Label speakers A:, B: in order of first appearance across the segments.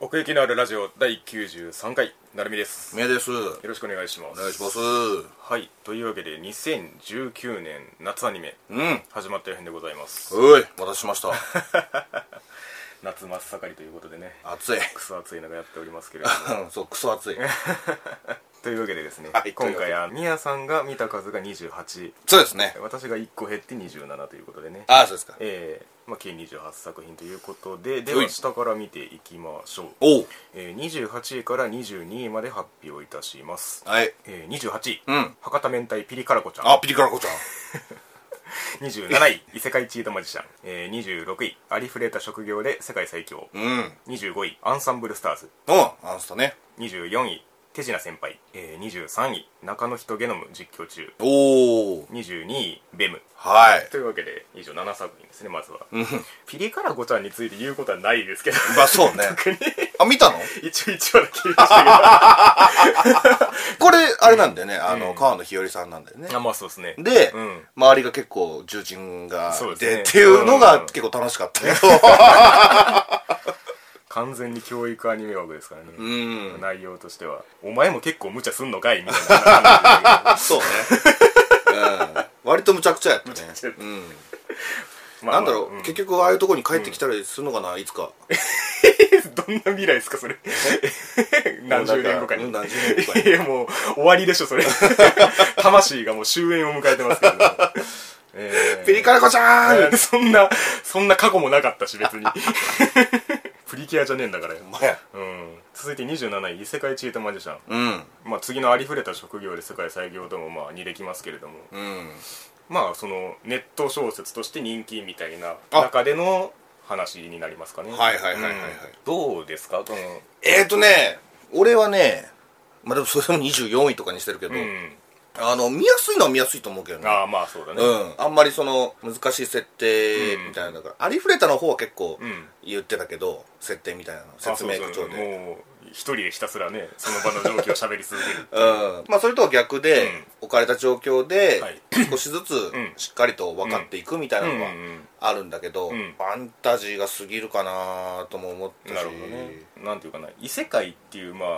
A: 奥行きのあるラジオ第93回なるみですよ
B: 宮ですお
A: ろしくお願いします
B: 願いします
A: はいというわけで2019年夏アニメ
B: うん
A: 始まった編でございます
B: おいお待たせしました
A: 夏真っ盛りということでね
B: 暑い
A: クソ暑い中やっておりますけれども
B: うんそうクソ暑い
A: というわけでですね、
B: はい
A: 今回はみやさんが見た数が28
B: そうですね
A: 私が1個減って27ということでね
B: ああそうですか
A: えーまあ、計28作品ということででは下から見ていきましょう、
B: おう
A: えー、28位から22位まで発表いたします、
B: はい
A: えー、28位、
B: うん
A: 博多明太ピリ辛子ちゃん
B: あピリカラコちゃん
A: 27位異世界チートマジシャン、えー、26位ありふれた職業で世界最強
B: うん
A: 25位アンサンブルスターズ
B: うんあんたね
A: 24位手品先輩、えー、23位中野人ゲノム実況中
B: おお
A: 22位ベム
B: はい
A: というわけで以上7作品ですねまずはピリ辛子ちゃんについて言うことはないですけど
B: まあそうね
A: 特に
B: あ見たの
A: 一応一話だけ言いました
B: これあれなんだよねあの川野日和さんなんだよね
A: けど あまあそうですね
B: で
A: うん
B: 周りが結構重鎮が
A: そうですね
B: でっていうの
A: うん
B: が結構楽しかったけど
A: 完全に教育アニメ枠ですからね、
B: ん
A: 内容としてはお前も結構無茶すんのかいみた いな感
B: そうねうん割とむちゃくちゃやったね
A: ちゃやった
B: うん
A: じでまあ
B: なんだろ
A: ま
B: う
A: あ
B: 結局ああいうとこに帰ってきたりするのかないつか
A: うんどんな未来ですかそれ 何十年後かに
B: うん何十年後かに
A: いやもう終わりでしょそれ 魂がもう終焉を迎えてますけれどもえー
B: ピリカラコちゃ ーん
A: そんなそんな過去もなかったし別に プリキュアじゃねえんだからよ、
B: お前
A: うん、続いて27位異世界チートマジシャン、
B: うん
A: まあ、次のありふれた職業で世界最強ともまあ似できますけれども、
B: うん
A: まあそのネット小説として人気みたいな
B: あ
A: 中での話になりますかね
B: はいはいはいはいはい
A: うんどうですかこの
B: えーとね俺はねまあでもそれも24位とかにしてるけど、
A: うん
B: あの見やすいのは見やすいと思うけどね
A: ああまあそうだね
B: うん、あんまりその難しい設定みたいなのが、ありふれたの方は結構
A: うん
B: 言ってたけど、設定みたいなの
A: あ
B: 説明口
A: そうそ
B: 調
A: う
B: で
A: もう一人でひたすらねその場の状況を喋り続ける
B: うんまあ、それとは逆で、置かれた状況で、
A: はい
B: 少しずつ
A: ん
B: しっかりと分かっていくみた いなのは
A: うんうん
B: あるんだけど、
A: ん
B: ファンタジーが過ぎるかなとも思ったし
A: なるほどねなんていうかな異世界っていうまあ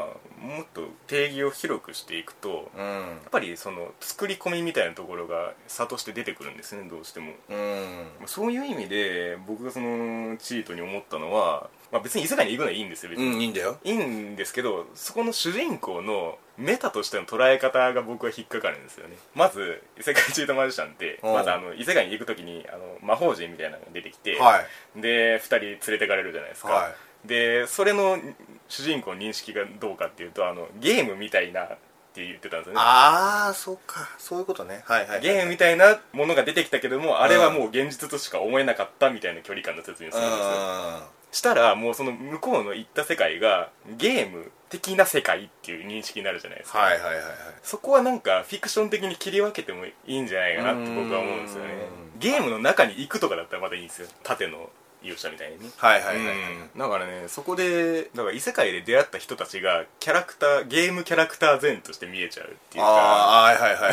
A: もっと定義を広くしていくとや
B: うん
A: っぱりその作り込みみたいなところが差として出てくるんですねどうしても
B: うん
A: そういう意味で僕がそのチートに思ったのは、まあ、別に異世界に行くのはいいんですよ別
B: う
A: に、
B: んいいんだよ
A: いいんですけどそこの主人公のメタとしての捉え方が僕は引っかかるんですよねまず異世界チートマジシャンって
B: うん
A: まずあの異世界に行く時にあの魔法陣みたいなのが出てきて、
B: はい
A: で2人連れてかれるじゃないですか、
B: は
A: でそれの主人公の認識がどうかっていうとあのゲームみたいなって言ってたんですよね
B: ああそうかそういうことねはいはい
A: ゲームみたいなものが出てきたけどもあれはもう現実としか思えなかったみたいな距離感の説明をするんですよ
B: う
A: したらもうその向こうの行った世界がゲーム的な世界っていう認識になるじゃないですか、
B: んはいはいはいはい
A: そこはなんかフィクション的に切り分けてもいいんじゃないかなって僕は思うんですよねゲームの中に行くとかだったらまだいいんですよ縦の勇者みたいにね
B: はいはいはいはい
A: うんだからねそこでだから異世界で出会った人たちがキャラクターゲームキャラクター前として見えちゃうっていうか
B: ああーはいはいはいはいは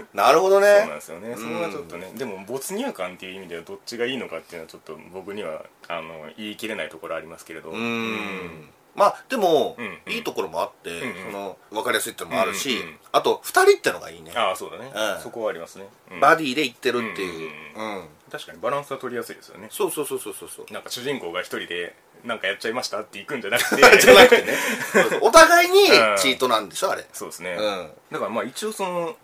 B: いなるほどね
A: そうなんですよね、それはちょっとねでも没入感っていう意味ではどっちがいいのかっていうのはちょっと僕にはあの言い切れないところありますけれど
B: うーんまあでも、
A: うんうん
B: いいところもあって、
A: んうん
B: その分かりやすいってのもあるし、
A: うんうんうん
B: あと2人ってのがいいね
A: ああそうだね、
B: うん
A: そこはありますね、うん
B: バディで行ってるっていう、
A: う
B: うん
A: 確かにバランスは取りやすいですよね
B: そうそうそうそうそうそう
A: なんか主人公が一人でなんかやっちゃいましたって行くん じゃなくて
B: じゃなくてねそうそう お互いに
A: うん
B: チートなんでしょあれ
A: そうですね、
B: うん
A: だからまあ一応その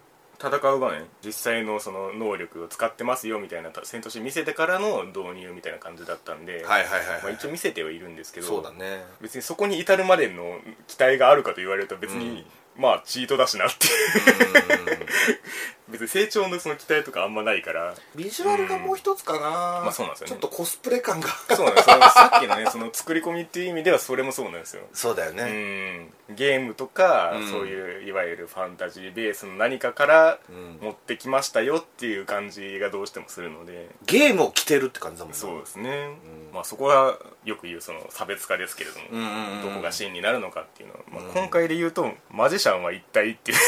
A: 戦う場面実際のその能力を使ってますよみたいな戦闘シーン見せてからの導入みたいな感じだったんで、
B: はいはいはいはい
A: まあ、一応見せてはいるんですけど
B: そうだね
A: 別にそこに至るまでの期待があるかと言われると別に、まあチートだしなって いう別に成長のその期待とかあんまないから
B: ビジュアルがもう一つかな、
A: まあそうなんですよね
B: ちょっとコスプレ感が
A: そうなんですよさっきの ねその作り込みっていう意味ではそれもそうなんですよ
B: そうだよ
A: う
B: ね
A: んゲームとか、
B: うん
A: そういういわゆるファンタジーベースの何かから
B: ん
A: 持ってきましたよっていう感じがどうしてもするので、
B: ゲームを着てるって感じだもんね
A: そうですね、まあそこはよく言うその差別化ですけれども、
B: うんうんうん
A: どこが真になるのかっていうのは、まあ、今回で言うと、マジシャンは一体っていう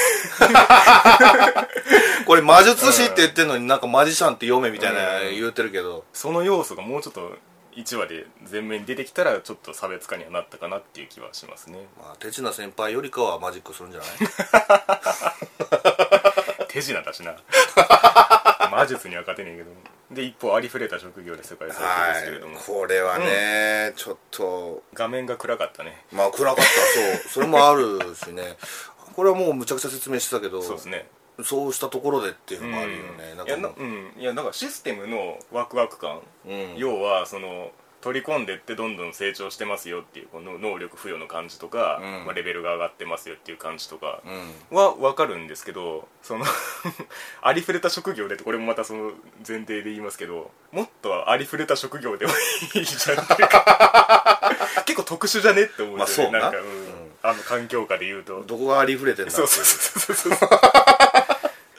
B: これ魔術師って言ってるのになんかマジシャンって読めみたいな言うてるけど、
A: その要素がもうちょっと1話で前面に出てきたらちょっと差別化にはなったかなっていう気はします ね
B: まあ手品先輩よりかはマジックするんじ ゃない
A: 手品だしな 魔術には勝てねえけどで一方ありふれた職業で世界最強ですけれども
B: これはね、ちょっと
A: 画面が暗かったね
B: まあ暗かったそうそれもあるしねこれはもうむちゃくちゃ説明してたけど
A: そうですね
B: そうしたところでっていうのもあるよね、
A: うん
B: なん
A: いや
B: か
A: な
B: も
A: うんいやなんかシステムのワクワク感、
B: うん
A: 要はその取り込んでってどんどん成長してますよっていうこの能力付与の感じとか、
B: うん
A: まあ、レベルが上がってますよっていう感じとか
B: う、うん
A: は分かるんですけどその ありふれた職業でってこれもまたその前提で言いますけどもっとありふれた職業でもいいじゃんっていうか 結構特殊じゃねって思うんですよね、
B: まあそうなん
A: か、うんあの環境下で言うと
B: どこがありふれてんだって
A: そう
B: い
A: そうそうそう そう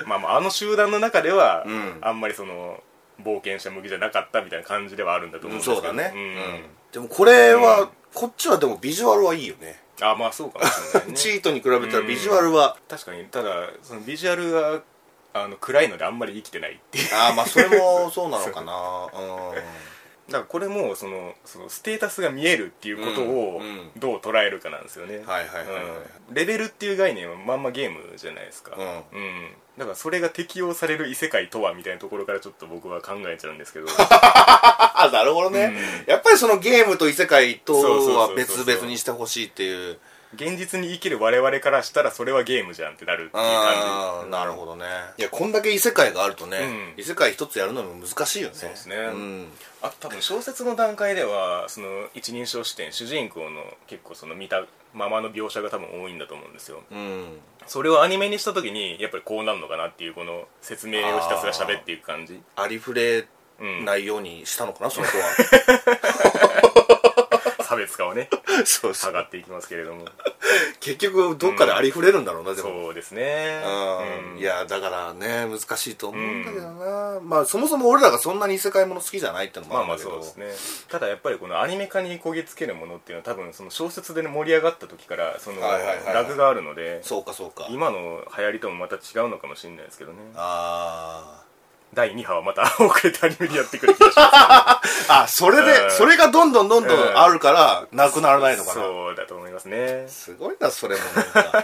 A: まあまああの集団の中では、
B: うん
A: あんまりその冒険者向きじゃなかったみたいな感じではあるんだと思うんで
B: うん
A: すけど
B: そうだね、
A: う
B: うんでもこれは、
A: うん
B: こっちはでもビジュアルはいいよね
A: んあまあ そうかもしれないね
B: チートに比べたらビジュアルは、
A: 確かにただそのビジュアルがあの暗いのであんまり生きてないっていう
B: ああまあそれもそうなのかなうん
A: だからこれもそのそのステータスが見えるっていうことを
B: うんうん
A: どう捉えるかなんですよね、
B: はいはいはいはい
A: うんレベルっていう概念はまんまゲームじゃないですか、
B: うん
A: だからそれが適用される異世界とはみたいなところからちょっと僕は考えちゃうんですけ ど
B: あなるほどね、やっぱりそのゲームと異世界と
A: そうそうそう
B: は
A: そう
B: 別々にしてほしいっていう
A: 現実に生きる我々からしたらそれはゲームじゃんってなるっていう
B: あ
A: 感
B: あ
A: じ
B: なるほどねいやこんだけ異世界があるとね、
A: うん
B: 異世界一つやるのも難しいよねそう
A: ですね
B: ん、
A: あと多分小説の段階ではその一人称視点主人公の結構その見たままの描写が多分多いんだと思うんですよ
B: うん、
A: それをアニメにした時にやっぱりこうなるのかなっていうこの説明をひたすら喋っていく 感じ
B: ありふれ
A: うん
B: ないようにしたのかな、その子は
A: 差別化をね
B: そうそ
A: 上
B: う
A: がっていきますけれども
B: 結局どっかでありふれるんだろうな、でも
A: そうですね
B: うん
A: うん
B: いやだからね難しいと思うんだけどな、まあそもそも俺らがそんなに異世界もの好きじゃないってのも
A: ま
B: あ
A: あま
B: るん
A: あ
B: だけど
A: そうですねただやっぱりこのアニメ化にこぎつけるものっていうのは多分その小説でね盛り上がった時からその
B: はいはいはいはい
A: ラグがあるので
B: そうかそうか
A: 今の流行りともまた違うのかもしれないですけどね
B: あー
A: 第2波はまた遅れてアニメでやってくる気がしま
B: あそれで、
A: うん
B: それがどんどんどんどんあるからなくならないの
A: す
B: かな、
A: そうだと思いますね
B: すごいなそれもなん か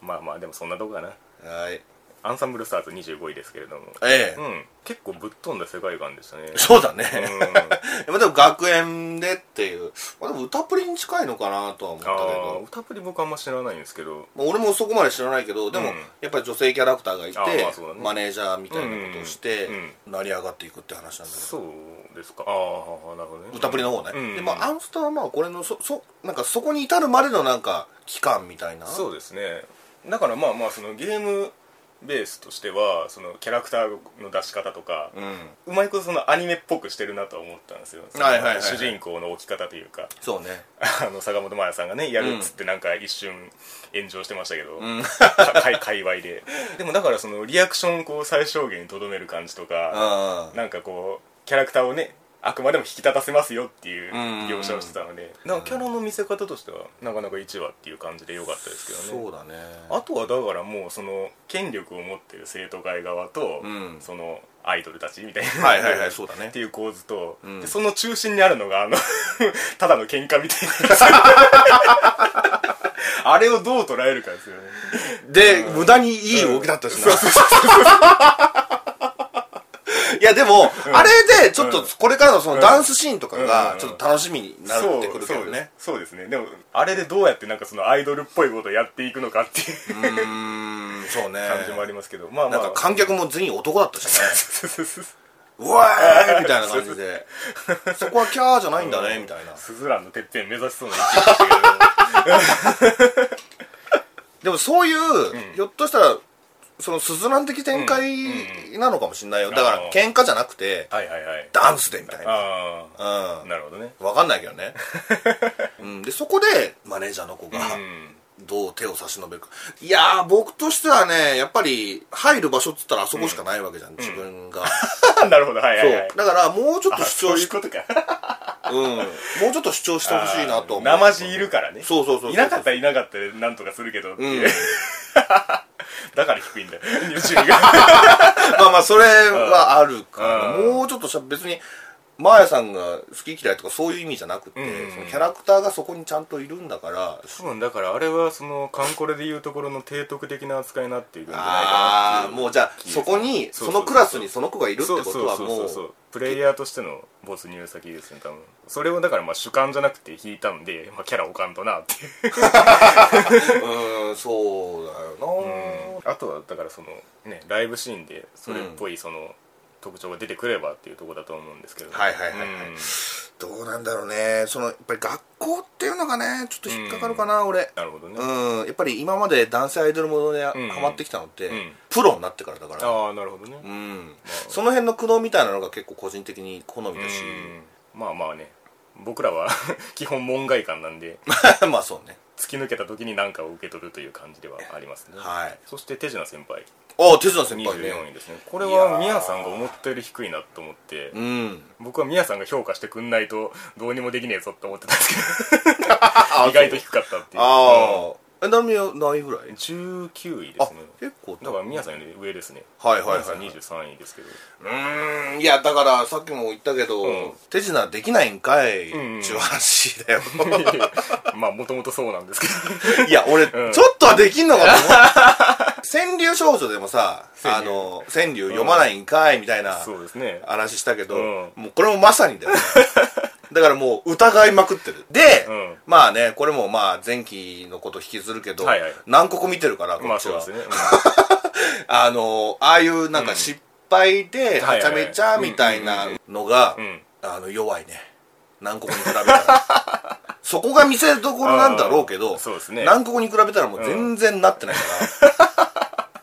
A: まあまあでもそんなとこかな
B: はい
A: アンサンブルスターズ25位ですけれども
B: ええ、
A: うん、結構ぶっ飛んだ世界観でしたね。
B: そうだね、
A: うん、
B: まあでも学園でっていう、まあ、でも歌プリに近いのかなとは思ったけ
A: ああ
B: ど
A: 歌プリ僕あんま知らないんですけど
B: まあ俺もそこまで知らないけどでも、
A: うん
B: やっぱり女性キャラクターがいて、
A: あーまあそうだね
B: マネージャーみたいなことをして、
A: うんうん
B: 成り上がっていくって話なんだけど
A: そうですかああなるほどね
B: 歌プリの方ね、
A: うん
B: でまあアンスタはまあこれのそそなんかそこに至るまでのなんか期間みたいな
A: そうですねだからまあまあそのゲームベースとしてはそのキャラクターの出し方とか、
B: う、ん、
A: うまいことそのアニメっぽくしてるなとは思ったんですよ、
B: はいはいはいはい
A: その主人公の置き方というか
B: そうね
A: あの坂本真綾さんがねやるっつってなんか一瞬炎上してましたけど、
B: ん
A: か界界隈ででもだからそのリアクションをこう最小限にとどめる感じと か、
B: あ
A: なんかこうキャラクターをねあくまでも引き立たせますよっていう
B: うん
A: 描写をしてたのでなんかキャラの見せ方としてはなかなか1話っていう感じで良かったですけどね
B: そうだね
A: あとはだからもうその権力を持ってる生徒会側と、
B: うん
A: そのアイドルたちみたいな、
B: はいはいはいそうだね
A: っていう構図と、
B: ん
A: でその中心にあるのが あのただの喧嘩みたいな あれをどう捉えるかですよね
B: で、無駄にいい動きだったしな、いやでも、あれでちょっとこれからのそのダンスシーンとか
A: う
B: が
A: ん
B: ちょっと楽しみになってくるけど
A: そう
B: ね
A: そうですそうですねでもあれでどうやってなんかそのアイドルっぽいことをやっていくのかっていう
B: うーんそうね
A: 感じもありますけど、まあま
B: な
A: あ
B: ん か観客も全員男だったしね
A: ス
B: うわーいみたいな感 じでそこはキャーじゃないんだねみたいな
A: ズランのてっぺん目指しそうな勢いでしたけど
B: でもそういう、ひょっとしたらその鈴蘭的展開なのかもしれない
A: ん
B: よ、だか
A: あ
B: ら
A: ー
B: 喧嘩じゃなくて
A: はいはいはい
B: ダンスでみたいな
A: ああ
B: う
A: なるほどね
B: んわかんないけどね、うん、でそこでマネージャーの子が
A: うん
B: どう手を差し伸べるかいやー僕としてはねやっぱり入る場所っつったらあそこしかないわけじゃん、自分が、
A: なるほどはいはいはい
B: そうだからもうちょっと
A: あ
B: 主
A: そう
B: 張
A: いう
B: し
A: ことか
B: うん、もうちょっと主張してほしいなと思う
A: 生地いるからね
B: そうそうそうそう
A: いなかったらいなかったでなんとかするけどっていう
B: うん
A: だから低いんだよ順位が
B: まあまあそれはあるから、もうちょっとしゃ別にマーヤさんが好き嫌いとかそういう意味じゃなくて、
A: うんうんうん
B: そのキャラクターがそこにちゃんといるんだから
A: 多分だからあれはそのカンコレでいうところの提督的な扱いになっていくんじゃないかな
B: あ
A: っ
B: あ
A: ていう
B: もうじゃあ
A: 気がす
B: そ
A: る
B: こに
A: そ
B: そ
A: そう
B: う
A: そう
B: のクラスにその子がいるって
A: そう
B: ことは
A: そうそ
B: も
A: うそう
B: う
A: プレイヤーとしての没入先ですね多分それをだからまあ主観じゃなくて引いたんで、まあ、キャラおかんとなっていう
B: うんそうだよ
A: あとはだからそのねライブシーンでそれっぽいその特徴が出てくればっていうところだと思うんですけど、
B: はいはいはいはい
A: うん
B: な、どうなんだろうねそのやっぱり学校っていうのがねちょっと引っかかるかな、俺
A: なるほどね、
B: うんやっぱり今まで男性アイドルものでハ
A: んうん
B: マってきたのって、
A: うん
B: プロになってからだから
A: ああなるほどね、
B: う
A: うん
B: んその辺の苦悩みたいなのが結構個人的に好みだし、
A: まあまあね僕らは 基本門外観なんで
B: まあそうね
A: 突き抜けた時に何かを受け取るという感じではありますね
B: はい
A: そして手品先輩
B: ああ手品先輩
A: 24位
B: ね
A: ですねこれ
B: いや
A: は
B: ー
A: ミヤさんが思ったより低いなと思って
B: うん
A: 僕はミヤさんが評価してくんないとどうにもできねえぞって思ってたんですけ
B: あ
A: ど意外と低かったっていう
B: ああえ何位何位ぐらい
A: 19位で
B: あ
A: すね
B: 結構
A: だから宮さんより上ですね
B: はいはいはいはい
A: 宮さん23位ですけど
B: うーんいやだからさっきも言ったけど、
A: うん
B: 手品できないんかいっ
A: んうん
B: ちゅう話 だよ
A: まあもともとそうなんですけど
B: いや俺、
A: ん
B: ちょっとはできんのか と思う川柳少女でもさあの川柳読まないんかいみたいな
A: そうですね
B: 話したけど、
A: うん
B: もうこれもまさにだ よねだからもう疑いまくってるで、
A: うん
B: まあねこれもまあ前期のこと引きずるけど、
A: はいはい
B: 何個見てるからこ
A: まあ
B: っち
A: そうで
B: は、
A: すね
B: あのああいうなんか失敗で
A: はいはい
B: はちゃめちゃみたいなのが、
A: うんうん
B: あの弱いね南国に比べた らそこが見せどころなんだろうけ
A: う
B: ど
A: んそうですね
B: 南国に比べたらもう全然なってないから、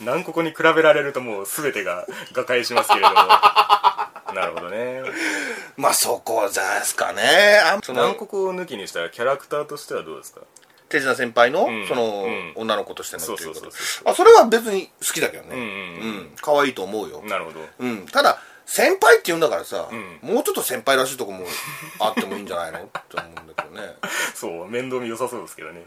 A: 南国に比べられるともう全てが瓦解しますけれど もなるほどね
B: まあそこじゃないですかねあそ
A: 南
B: の
A: 国を抜きにしたらキャラクターとしてはどうですか
B: 手品先輩の、
A: ん
B: その、
A: うん
B: 女の子としてのっていうこ
A: そうそう
B: と
A: そうそ
B: あそれは別に好きだけどね
A: うんうん
B: うん可愛いと思うよ、
A: なるほど
B: うん、ただ先輩って言うんだからさ、
A: ん
B: もうちょっと先輩らしいとこもあってもいいんじ ゃないのって思うんだけどね
A: そう面倒見良さそうですけどね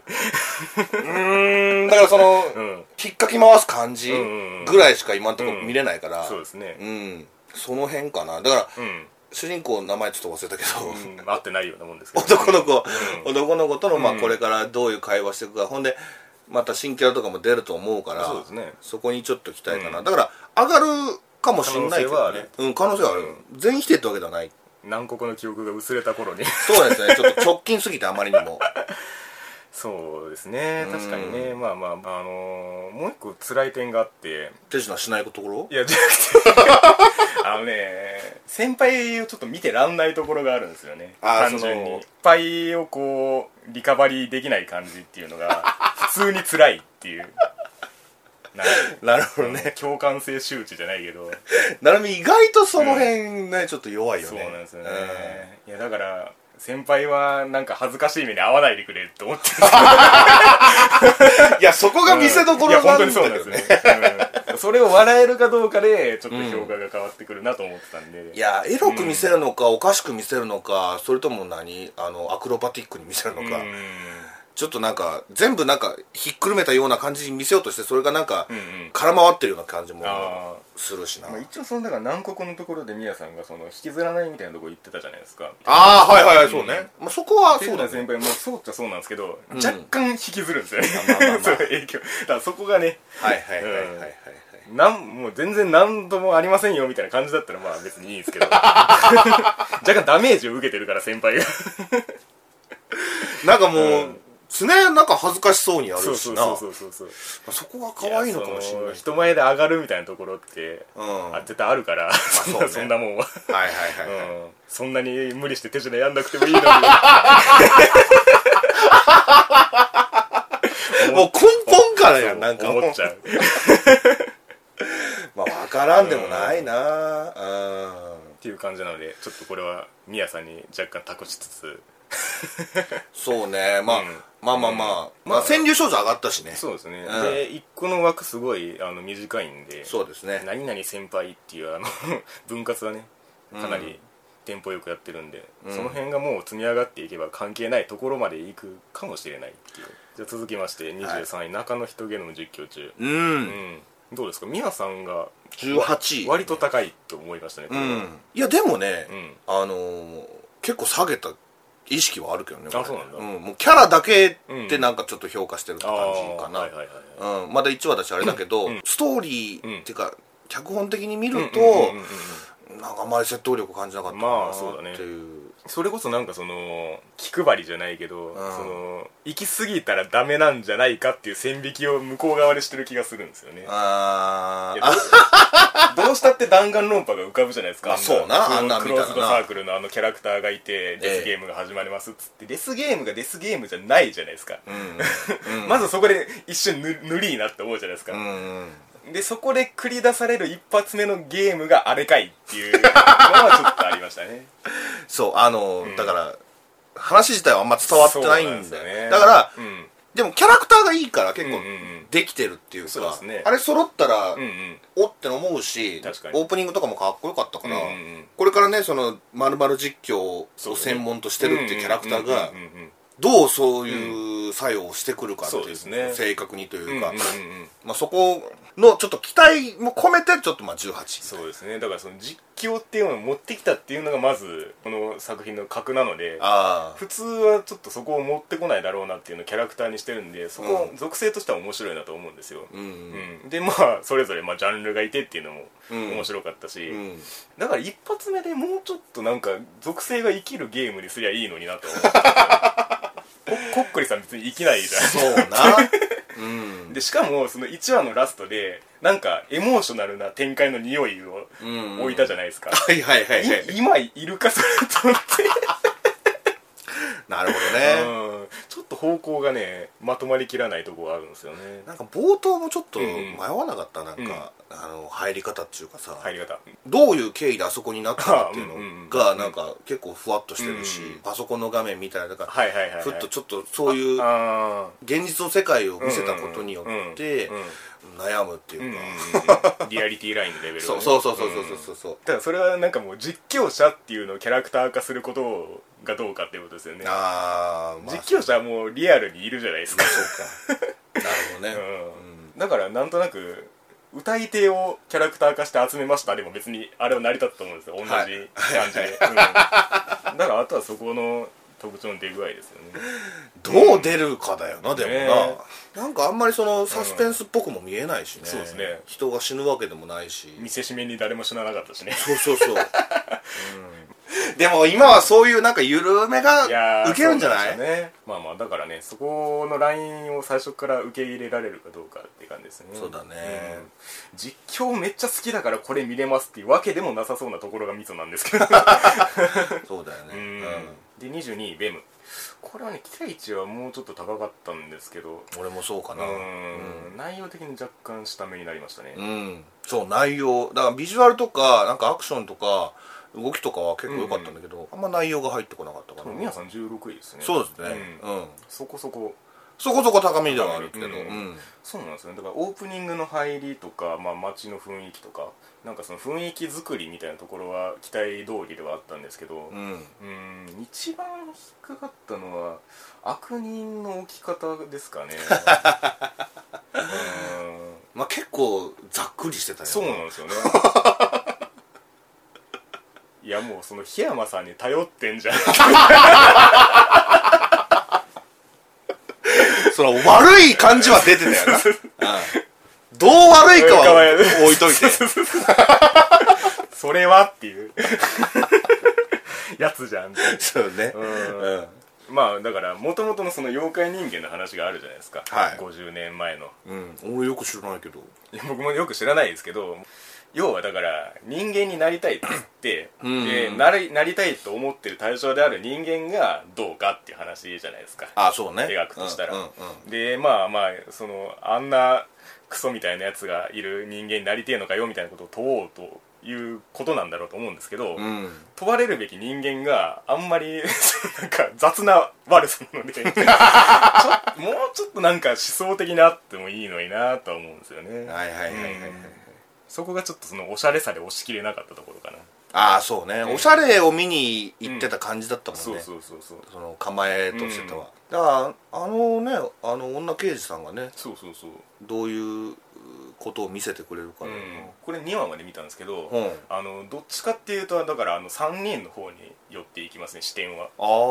B: だからその、
A: ん
B: 引っかき回す感じ
A: んうんうん
B: ぐらいしか今のところ見れないから、うん
A: そうですね
B: その辺かなだから、
A: うん
B: 主人公の名前ちょっと忘れたけど、
A: うん合ってないようなもんですけど
B: 男の子、男の子との、まあ、これからどういう会話していくか、ほんでまた新キャラとかも出ると思うから
A: そうですね
B: そこにちょっと期待かな、だから上がるかもしんないけ
A: 可能性はあ
B: ど、ね
A: る、
B: うん可能性はある、全否定ってわけではない
A: 南国の記憶が薄れた頃 に
B: そうですねちょっと直近すぎてあまりに も
A: そうですね確かにねまあまああのーもう一個辛い点があって
B: 手品しないところ
A: いやじゃなく てあのね先輩をちょっと見てらんないところがあるんですよね
B: あー
A: 単純
B: そ
A: に
B: の
A: いっぱいをこうリカバリーできない感じっていうのが普通に辛いっていうなんか
B: なるほどね
A: 共感性周知じゃないけど
B: なるみ意外とその辺ね、ちょっと弱いよ
A: そう
B: ね
A: なんですよね、いやだから先輩はなんか恥ずかしい目に遭わないでくれって思ってる
B: うんいやそこが見せどころ
A: いや
B: な
A: 本
B: ん
A: 当
B: だ
A: に
B: け
A: そうなんで
B: ど
A: す
B: ね
A: ね、うんそれを笑えるかどうかでちょっと評価が変わってくるなと思ってたんで、
B: いやエロく見せるのか、おかしく見せるのかそれとも何あのアクロバティックに見せるの
A: う
B: か、
A: ん
B: ちょっとなんか全部なんかひっくるめたような感じに見せようとしてそれがなんか、
A: うんうん
B: 空回ってるような感じも
A: あ
B: するしな
A: ーまあ一応そのだから南国のところでミヤさんがその引きずらないみたいなとこ言ってたじゃないですか
B: ああはいはいはいそうね、まあ、そこは
A: そ
B: そううだ
A: だ
B: ね
A: 先輩もそうっちゃそうなんですけど、
B: ん
A: 若干引きずるんですよね
B: まあまあまあ
A: その影響だからそこがね
B: はいはいはいはいはいはい、
A: なんもう全然何度もありませんよみたいな感じだったらまあ別にいいんです けど若干ダメージを受けてるから先輩が
B: なんかもう、
A: うん
B: 常なんか恥ずかしそうにや
A: そ
B: る
A: う
B: し
A: そう
B: な
A: そうそうそう
B: まあそこが可愛いのかもしれ
A: そ
B: な
A: の
B: い
A: 人前で上がるみたいなところって、
B: うん
A: あ絶対あるから、そんな
B: そうね
A: そんなもんは、
B: はいはいはい、はい
A: うんそんなに無理して手品やんなく てもいいのに
B: もう根本からやんなんかもう
A: 思っちゃうっ
B: まあ分からんでもないなうん、
A: ていう感じなのでちょっとこれはミヤさんに若干託しつつ
B: そうね、まあ
A: うん
B: まあまあまあ、まあ川柳少女上がったしね
A: そうですね、
B: うん
A: で一個の枠すごいあの短いんで
B: そうですね
A: 何々先輩っていうあの 分割はねかなりテンポよくやってるんで、その辺がもう積み上がっていけば関係ないところまでいくかもしれないっていうじゃあ続きまして23位、中の人ゲノム実況中
B: うん、
A: うんどうですかミヤさんが
B: 18位
A: 割と高いと思いましたね、こ
B: う
A: れは
B: んいやでもね、
A: ん
B: あのー結構下げた意識はあるけどね
A: あ
B: これ
A: そうなんだ
B: もうキャラだけでなんかちょっと評価してるって
A: あ
B: 感
A: ー
B: じかな、
A: はいはいはい
B: うん、まだ1話だしあれだけど、
A: ん
B: ストーリーっていうか、脚本的に見ると、
A: うんうんうんうん
B: なんかあまり説得力感じなかった
A: まあそうだ
B: な
A: ね
B: っていう,、
A: それこそなんかその気配りじゃないけど、
B: ん
A: その行き過ぎたらダメなんじゃないかっていう線引きを向こう側でしてる気がするんですよね
B: あ
A: い
B: ー
A: やどうどうしたって弾丸論破が浮かぶじゃないですか、
B: まあそうな
A: あんな
B: あんな
A: ク
B: み
A: ロクロ
B: たいな
A: ーズドサークルのあのキャラクターがいてデスゲームが始まりますっつって、デスゲームがデスゲームじゃないじゃないですか、
B: う ん
A: まずそこで一瞬ぬぬりーなって思うじゃないですか、
B: うんうん
A: でそこで繰り出される一発目のゲームがあれかいっていうのはちょっとありましたね
B: そうあのーだから話自体はあんま伝わってないんだよ
A: そう
B: ねだから、
A: うん
B: でもキャラクターがいいから結
A: うんうん
B: 構
A: うん
B: できてるっていうか、
A: そうですね
B: あれ揃ったら、
A: うんうん
B: おって思うし
A: 確かに
B: オープニングとかもかっこよかったから、
A: うんうんうん
B: これからねその丸々実況を専門としてるっていうキャラクターがどうそういう作用をしてくるかってい
A: そう
B: う,、
A: ですね
B: 正確にというか、
A: うんうんうん
B: まあ、そこのちょっと期待も込めてちょっとまあ18
A: そうですねだからその実況っていうのを持ってきたっていうのがまずこの作品の格なので
B: ああ
A: 普通はちょっとそこを持ってこないだろうなっていうのをキャラクターにしてるんでそこ
B: う
A: 属性としては面白いなと思うんですよ、
B: うん
A: うんでまあそれぞれまあジャンルがいてっていうのも
B: うん
A: 面白かったし、
B: うん
A: だから一発目でもうちょっとなんか属性が生きるゲームにすりゃいいのになと思ってここっ くりさん別に生きないじゃん
B: そうなうん
A: でしかもその1話のラストでなんかエモーショナルな展開の匂いを
B: うん
A: 置いたじゃないですか、
B: はいはいはいはい
A: い 今いるかそれと思って、
B: なるほどね、
A: うんちょっと方向がねまとまりきらないとこがあるんですよね
B: なんか冒頭もちょっと
A: うん
B: 迷わなかったなんか、あの入り方っていうかさ、
A: 入り方
B: どういう経緯であそこになったかってい う
A: あうんうんうん
B: のがなんか結構ふわっとしてるし、
A: うんうん
B: パソコンの画面みたいなだから、
A: はいはいはい、はい、
B: ふっとちょっとそういう
A: あ
B: 現実の世界を
A: ー
B: 見せたことによって
A: うんうんうん
B: 悩むっていうか、
A: うんリアリティラインのレベル、ね、
B: そうそうそうそうそうそううそう、
A: ただそれはなんかもう実況者っていうのをキャラクター化することがどうかっていうことですよね、
B: ああまあ
A: 実況者はもうリアルにいるじゃないですか
B: そうかなるほどね、
A: うんだからなんとなく歌い手をキャラクター化して集めましたでも別にあれは成り立ったと思うんですよ同じ感
B: は
A: じ
B: い
A: で、うんだからあとはそこの特徴の出具合ですよね
B: どう出るかだよな、でもな、
A: ね
B: なんかあんまりそのサスペンスっぽくも見えないしね,、
A: そうですね
B: 人が死ぬわけでもないし
A: 見せしめに誰も死ななかったしね
B: そうそうそう、でも今はそういうなんか緩め
A: いや
B: が
A: ー
B: 受けるんじゃ
A: そ
B: な
A: う
B: い
A: でしたねまあまあだからねそこのラインを最初から受け入れられるかどうかって感じですね
B: そうだね
A: ん実況めっちゃ好きだからこれ見れますっていうわけでもなさそうなところがミソなんですけど
B: そうだよね、うん
A: で22位ベムこれはね期待値はもうちょっと高かったんですけど
B: 俺もそうか
A: う
B: な
A: ーん内容的に若干下目になりましたね
B: うん、そう内容だからビジュアルとかなんかアクションとか動きとかは結構良かったんだけど、あんま内容が入ってこなかったか
A: 多
B: ら
A: 分皆さん16位ですね
B: そうですね
A: う
B: うんん、
A: そこそこ
B: そこそこ高めではあるけど、
A: う
B: うんん
A: そうなんですよねだからオープニングの入りとか、まあ、街の雰囲気とかなんかその雰囲気作りみたいなところは期待通りではあったんですけど
B: うん
A: うーん一番引っかかったのは悪人の置き方ですかねうーん
B: まあ結構ざっくりしてたよね
A: そうなんですよね いやもうその檜山さんに頼ってんじゃん
B: その悪い感じは出てたよ な、うんどう悪いかは置 いといて
A: それはっていうやつじゃんって
B: そうね
A: うん
B: うん
A: まあだからもともとのその妖怪人間の話があるじゃないですか、
B: はい
A: 50年前の
B: うん、俺よく知らないけど
A: いや僕もよく知らないですけど要はだから人間になりたいっつって、
B: うん
A: でなりなりたいと思ってる対象である人間がどうかっていう話じゃないですか
B: あそうね
A: 描くとしたら、
B: うんうん
A: でまあまあそのあんなクソみたいなやつがいる人間になりてえのかよみたいなことを問おうということなんだろうと思うんですけど、
B: うん、うん
A: 問われるべき人間があんまり なんか雑な悪さなのでちょっともうちょっとなんか思想的にあってもいいのになとは思うんですよね
B: はいはいはいはいはい、
A: うんそこがちょっとそのおしゃれさで押し切れなかったところかな、
B: ああそうね、
A: ん
B: おしゃれを見に行ってた感じだったもんね、
A: そうそうそうそう
B: その構えとしては、だからあのねあの女刑事さんがね
A: そうそうそう
B: どういうことを見せてくれるからな、
A: これ2話まで見たんですけど、
B: うん
A: あのどっちかっていうとだからあの3人の方に寄っていきますね視点は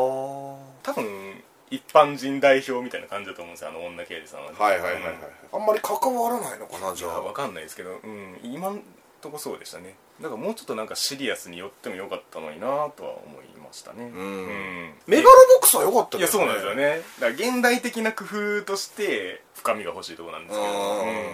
B: ああ
A: 多分一般人代表みたいな感じだと思うんですよあの女刑事さんは、ね、
B: はいはいはいは
A: う
B: い、
A: ん
B: あんまり関わらないのかなじゃ
A: あ分
B: あ
A: かんないですけど、うん、今んとこそうでしたねだからもうちょっとなんかシリアスに寄ってもよかったのになとは思いましたね
B: う
A: うんん
B: メガロボックスは良かった
A: い
B: け
A: や
B: ど
A: そうなんですよねだから現代的な工夫として深みが欲しいところなんですけど、
B: うん
A: うん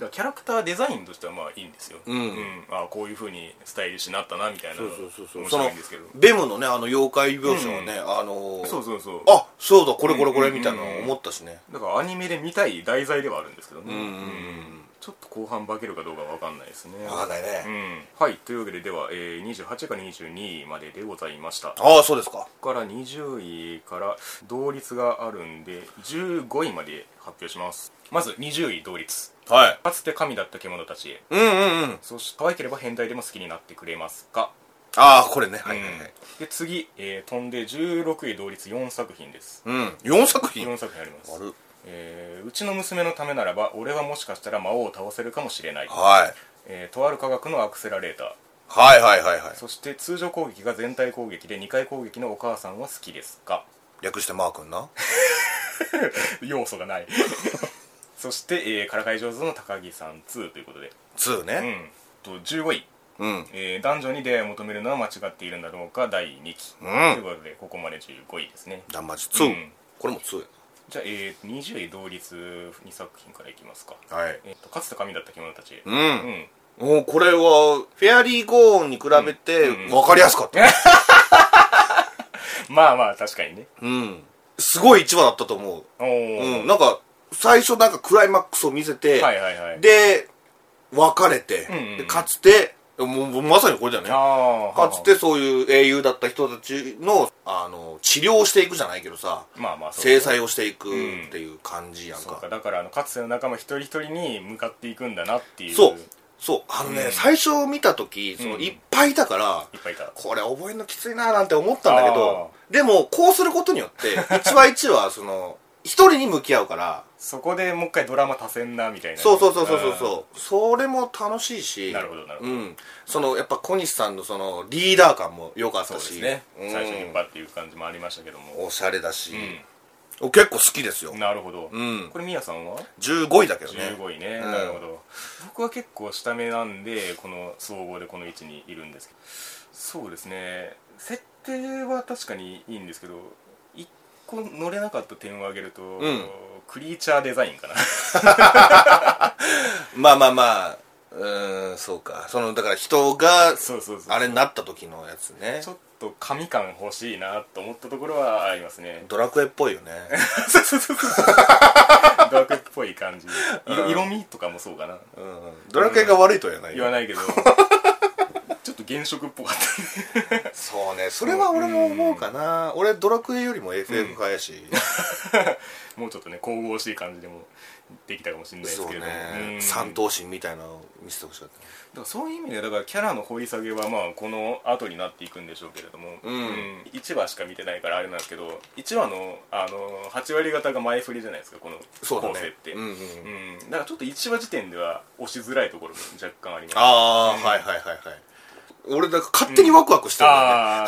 A: だからキャラクターデザインとしてはまあいいんですよ、
B: うん
A: ああこういうふうにスタイリッシュになったなみたいな
B: そうそうそうそう
A: 面
B: そ
A: 白
B: の
A: いんですけど
B: ベムのねあの妖怪描写はね、あのー
A: そうそうそう
B: あそうだこれこれこれ
A: うんうんうんうん
B: みたいなの思ったしね
A: だからアニメで見たい題材ではあるんですけどね、
B: うんうんうん
A: ちょっと後半化けるかどうかわかんないですね
B: わかんないね、
A: うん、はいというわけででは、えー、28から22位まででございましたこ
B: ああそうですか
A: こから20位から同率があるんで15位まで発表しますまず20位同率
B: はい
A: かつて神だった獣たちへ
B: うんうんうん
A: そして可愛ければ変態でも好きになってくれますか
B: ああこれねはいはいはい
A: で次、えー、飛んで16位同率4作品です
B: うん、四4作品
A: 4作品あります
B: ある
A: えーうちの娘のためならば俺はもしかしたら魔王を倒せるかもしれない、
B: はい
A: えーとある科学のアクセラレータ
B: はいはいはいはい
A: ーそして通常攻撃が全体攻撃で2回攻撃のお母さんは好きですか
B: 略してマー君な
A: 要素がない そして、えーからかい上手の高木さん2ということで
B: 2
A: う
B: ね
A: んと15位、
B: うん、
A: えー男女に出会いを求めるのは間違っているんだろうか第2期、
B: うん
A: ということでここまで15位ですね
B: ダンマジ2、
A: うん
B: これも2や
A: じゃあ、えー20位同率2作品からいきますか、
B: なはい
A: えーとかつて神だった獣たち、う
B: う、
A: んん
B: もうこれはフェアリーゴーンに比べて
A: うんうん
B: 分かりやすかった、
A: まあまあ確かにね
B: うん、すごい1話だったと思
A: お
B: う、
A: お、
B: うん、なんか最初なんかクライマックスを見せて、
A: はいはいはい
B: で別れて、
A: んうんうん
B: でかつてもうもうまさにこれだよね
A: ああ
B: かつてそういう英雄だった人たちのあの治療をしていくじゃないけどさ
A: まあまあそう
B: 制裁をしていくっていう感じやん
A: そう
B: か、
A: かだからあのかつての仲間一人一人に向かっていくんだなっていう
B: そうそうあのね、
A: うん
B: 最初見た時その、
A: うん
B: いっぱいいたから
A: いっぱいいた
B: これ覚えるのきついななんて思ったんだけど
A: あ
B: でもこうすることによって一話一話その一人に向き合うから
A: そこでもう一回ドラマ足せんなみたいな
B: そうそうそうそうそうそうそれも楽しいし
A: なるほどなるほど
B: うん、そのやっぱ小西さんのそのリーダー感も良かっ
A: そう
B: た
A: で
B: し
A: すね
B: うん
A: 最初に引っ張っていう感じもありましたけども
B: おしゃれだし、
A: う
B: お結構好きですよ
A: んなるほど
B: うん
A: これみやさんは
B: 15位だけどね
A: 15位ね
B: うん
A: なるほど僕は結構下目なんでこの総合でこの位置にいるんですけどそうですね設定は確かにいいんですけど一個乗れなかった点を挙げると、
B: ん
A: クリーチャーデザインかな
B: まあまあまあうーんそうかそのだから人が
A: そうそうそう
B: あれになった時のやつね
A: ちょっと神感欲しいなと思ったところはあります ね
B: ドラクエっぽいよね
A: そうそうそうそうダークっぽい感じ色色味とかもそうかな
B: うんうんドラクエが悪いとは言わない
A: 言
B: よ、
A: わないけどちょっと原色っぽかった
B: そうねそれは俺も思うかな、俺ドラクエよりも FF 早いし、
A: もうちょっとね神々しい感じでもできたかもしれないです
B: そう
A: けれども
B: ね
A: うん
B: 三頭身みたいなのを見せてほしかっ
A: だからそういう意味ではだからキャラの掘り下げはまあこの後になっていくんでしょうけれども、
B: うん
A: 1話しか見てないからあれなんですけど1話のあの8割方が前振りじゃないですかこの
B: たそうだ
A: 構
B: ね
A: 成って
B: うんうんうん
A: うんだからちょっと1話時点では押しづらいところも若干あります
B: ああ、はいはいはいはい俺だから勝手にワクワクしてるんだよね、
A: あ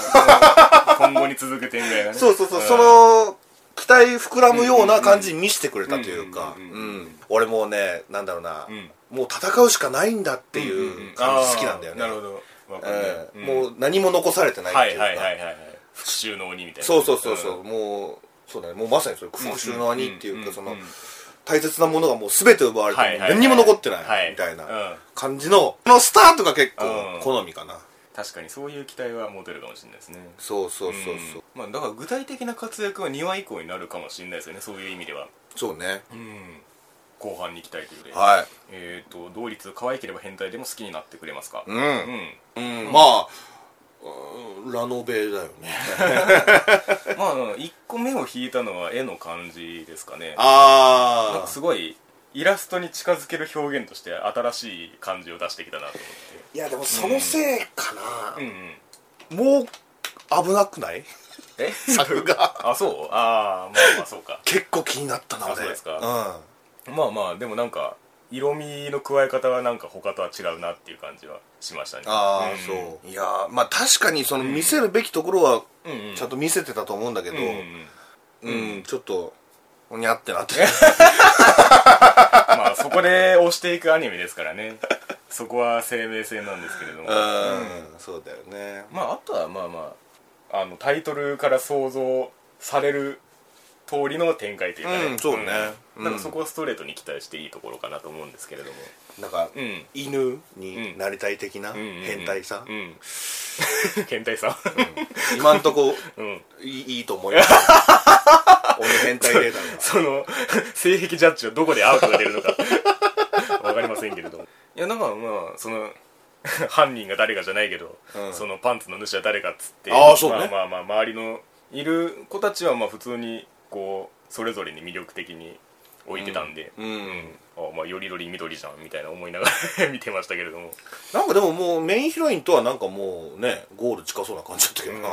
A: あ今後に続く展開がね
B: そうそうそう、
A: ん
B: その期待膨らむような感じに見せてくれたというか、
A: うんうんうんうん
B: うん俺もうねなんだろうな、
A: ん
B: もう戦うしかないんだってい
A: んん
B: うん感じ好きなんだよね、
A: あーなるほどわかるね
B: えー
A: うん
B: もう何も残されてないっ
A: は
B: てい
A: いうはいはい
B: か
A: はいはい復讐の鬼みたいな
B: そうそうそうそう、
A: ん
B: もうそうだねもうまさにそれ復讐の兄っていうか、
A: ん
B: その、
A: んん
B: 大切なものがもう全て奪われて、
A: はいはいはい
B: 何にも残ってない、
A: はい
B: みたいな
A: うん
B: 感じのこのスタートが結
A: う
B: 構
A: ん
B: 好みかな、
A: 確かにそういう期待は持てるかもしれないですね
B: そうそうそうそう、
A: んまあ、だから具体的な活躍は2話以降になるかもしれないですよねそういう意味では
B: そうね
A: うん後半に期待ということで、
B: はい
A: えっ、と同率可愛ければ変態でも好きになってくれますか
B: うん、
A: うん
B: うんまあうんラノベだよね
A: まあ1個目を引いたのは絵の感じですかねなん
B: あ
A: かすごいイラストに近づける表現として新しい感じを出してきたなと思
B: いやでもそのせいかな
A: って、うんうん、
B: もう危なく ない
A: え
B: 作が
A: あそう ああまあまあそうか
B: 結構気になったな
A: あ
B: 俺
A: そうですか
B: うん
A: まあまあでもなんか色味の加え方はなんか他とは違うなっていう感じはしましたね
B: ああ、
A: ん
B: そういやーまあ確かにその見せるべきところは
A: うんうん
B: ちゃんと見せてたと思うんだけど
A: うん うん
B: うん、ちょっとおにゃって なって
A: まあそこで押していくアニメですから ねそこは生命線なんですけれども
B: うん、そうだよね
A: まああとはまあまああのタイトルから想像される通りの展開というかね、
B: うんそうね
A: んだからそこはストレートに期待していいところかなと思うんですけれども、
B: なんか、
A: うん
B: 犬になりたい的な
A: うんうんうん
B: 変態さ、
A: うん 変態さ、
B: 今んとこ
A: うん
B: いいいいと思います俺変態データが
A: その 性癖ジャッジはどこでアウトが出るのか わかりませんけれどもいやだからまあその 犯人が誰かじゃないけど、
B: うん
A: そのパンツの主は誰かっつって
B: あーそうね
A: まあまあまあ周りのいる子たちはまあ普通にこうそれぞれに魅力的に置いてたんで、
B: うんうん
A: あまあよりどり緑じゃんみたいな思いながら 見てましたけれども、
B: なんかでももうメインヒロインとはなんかもうねゴール近そうな感じだったけどな、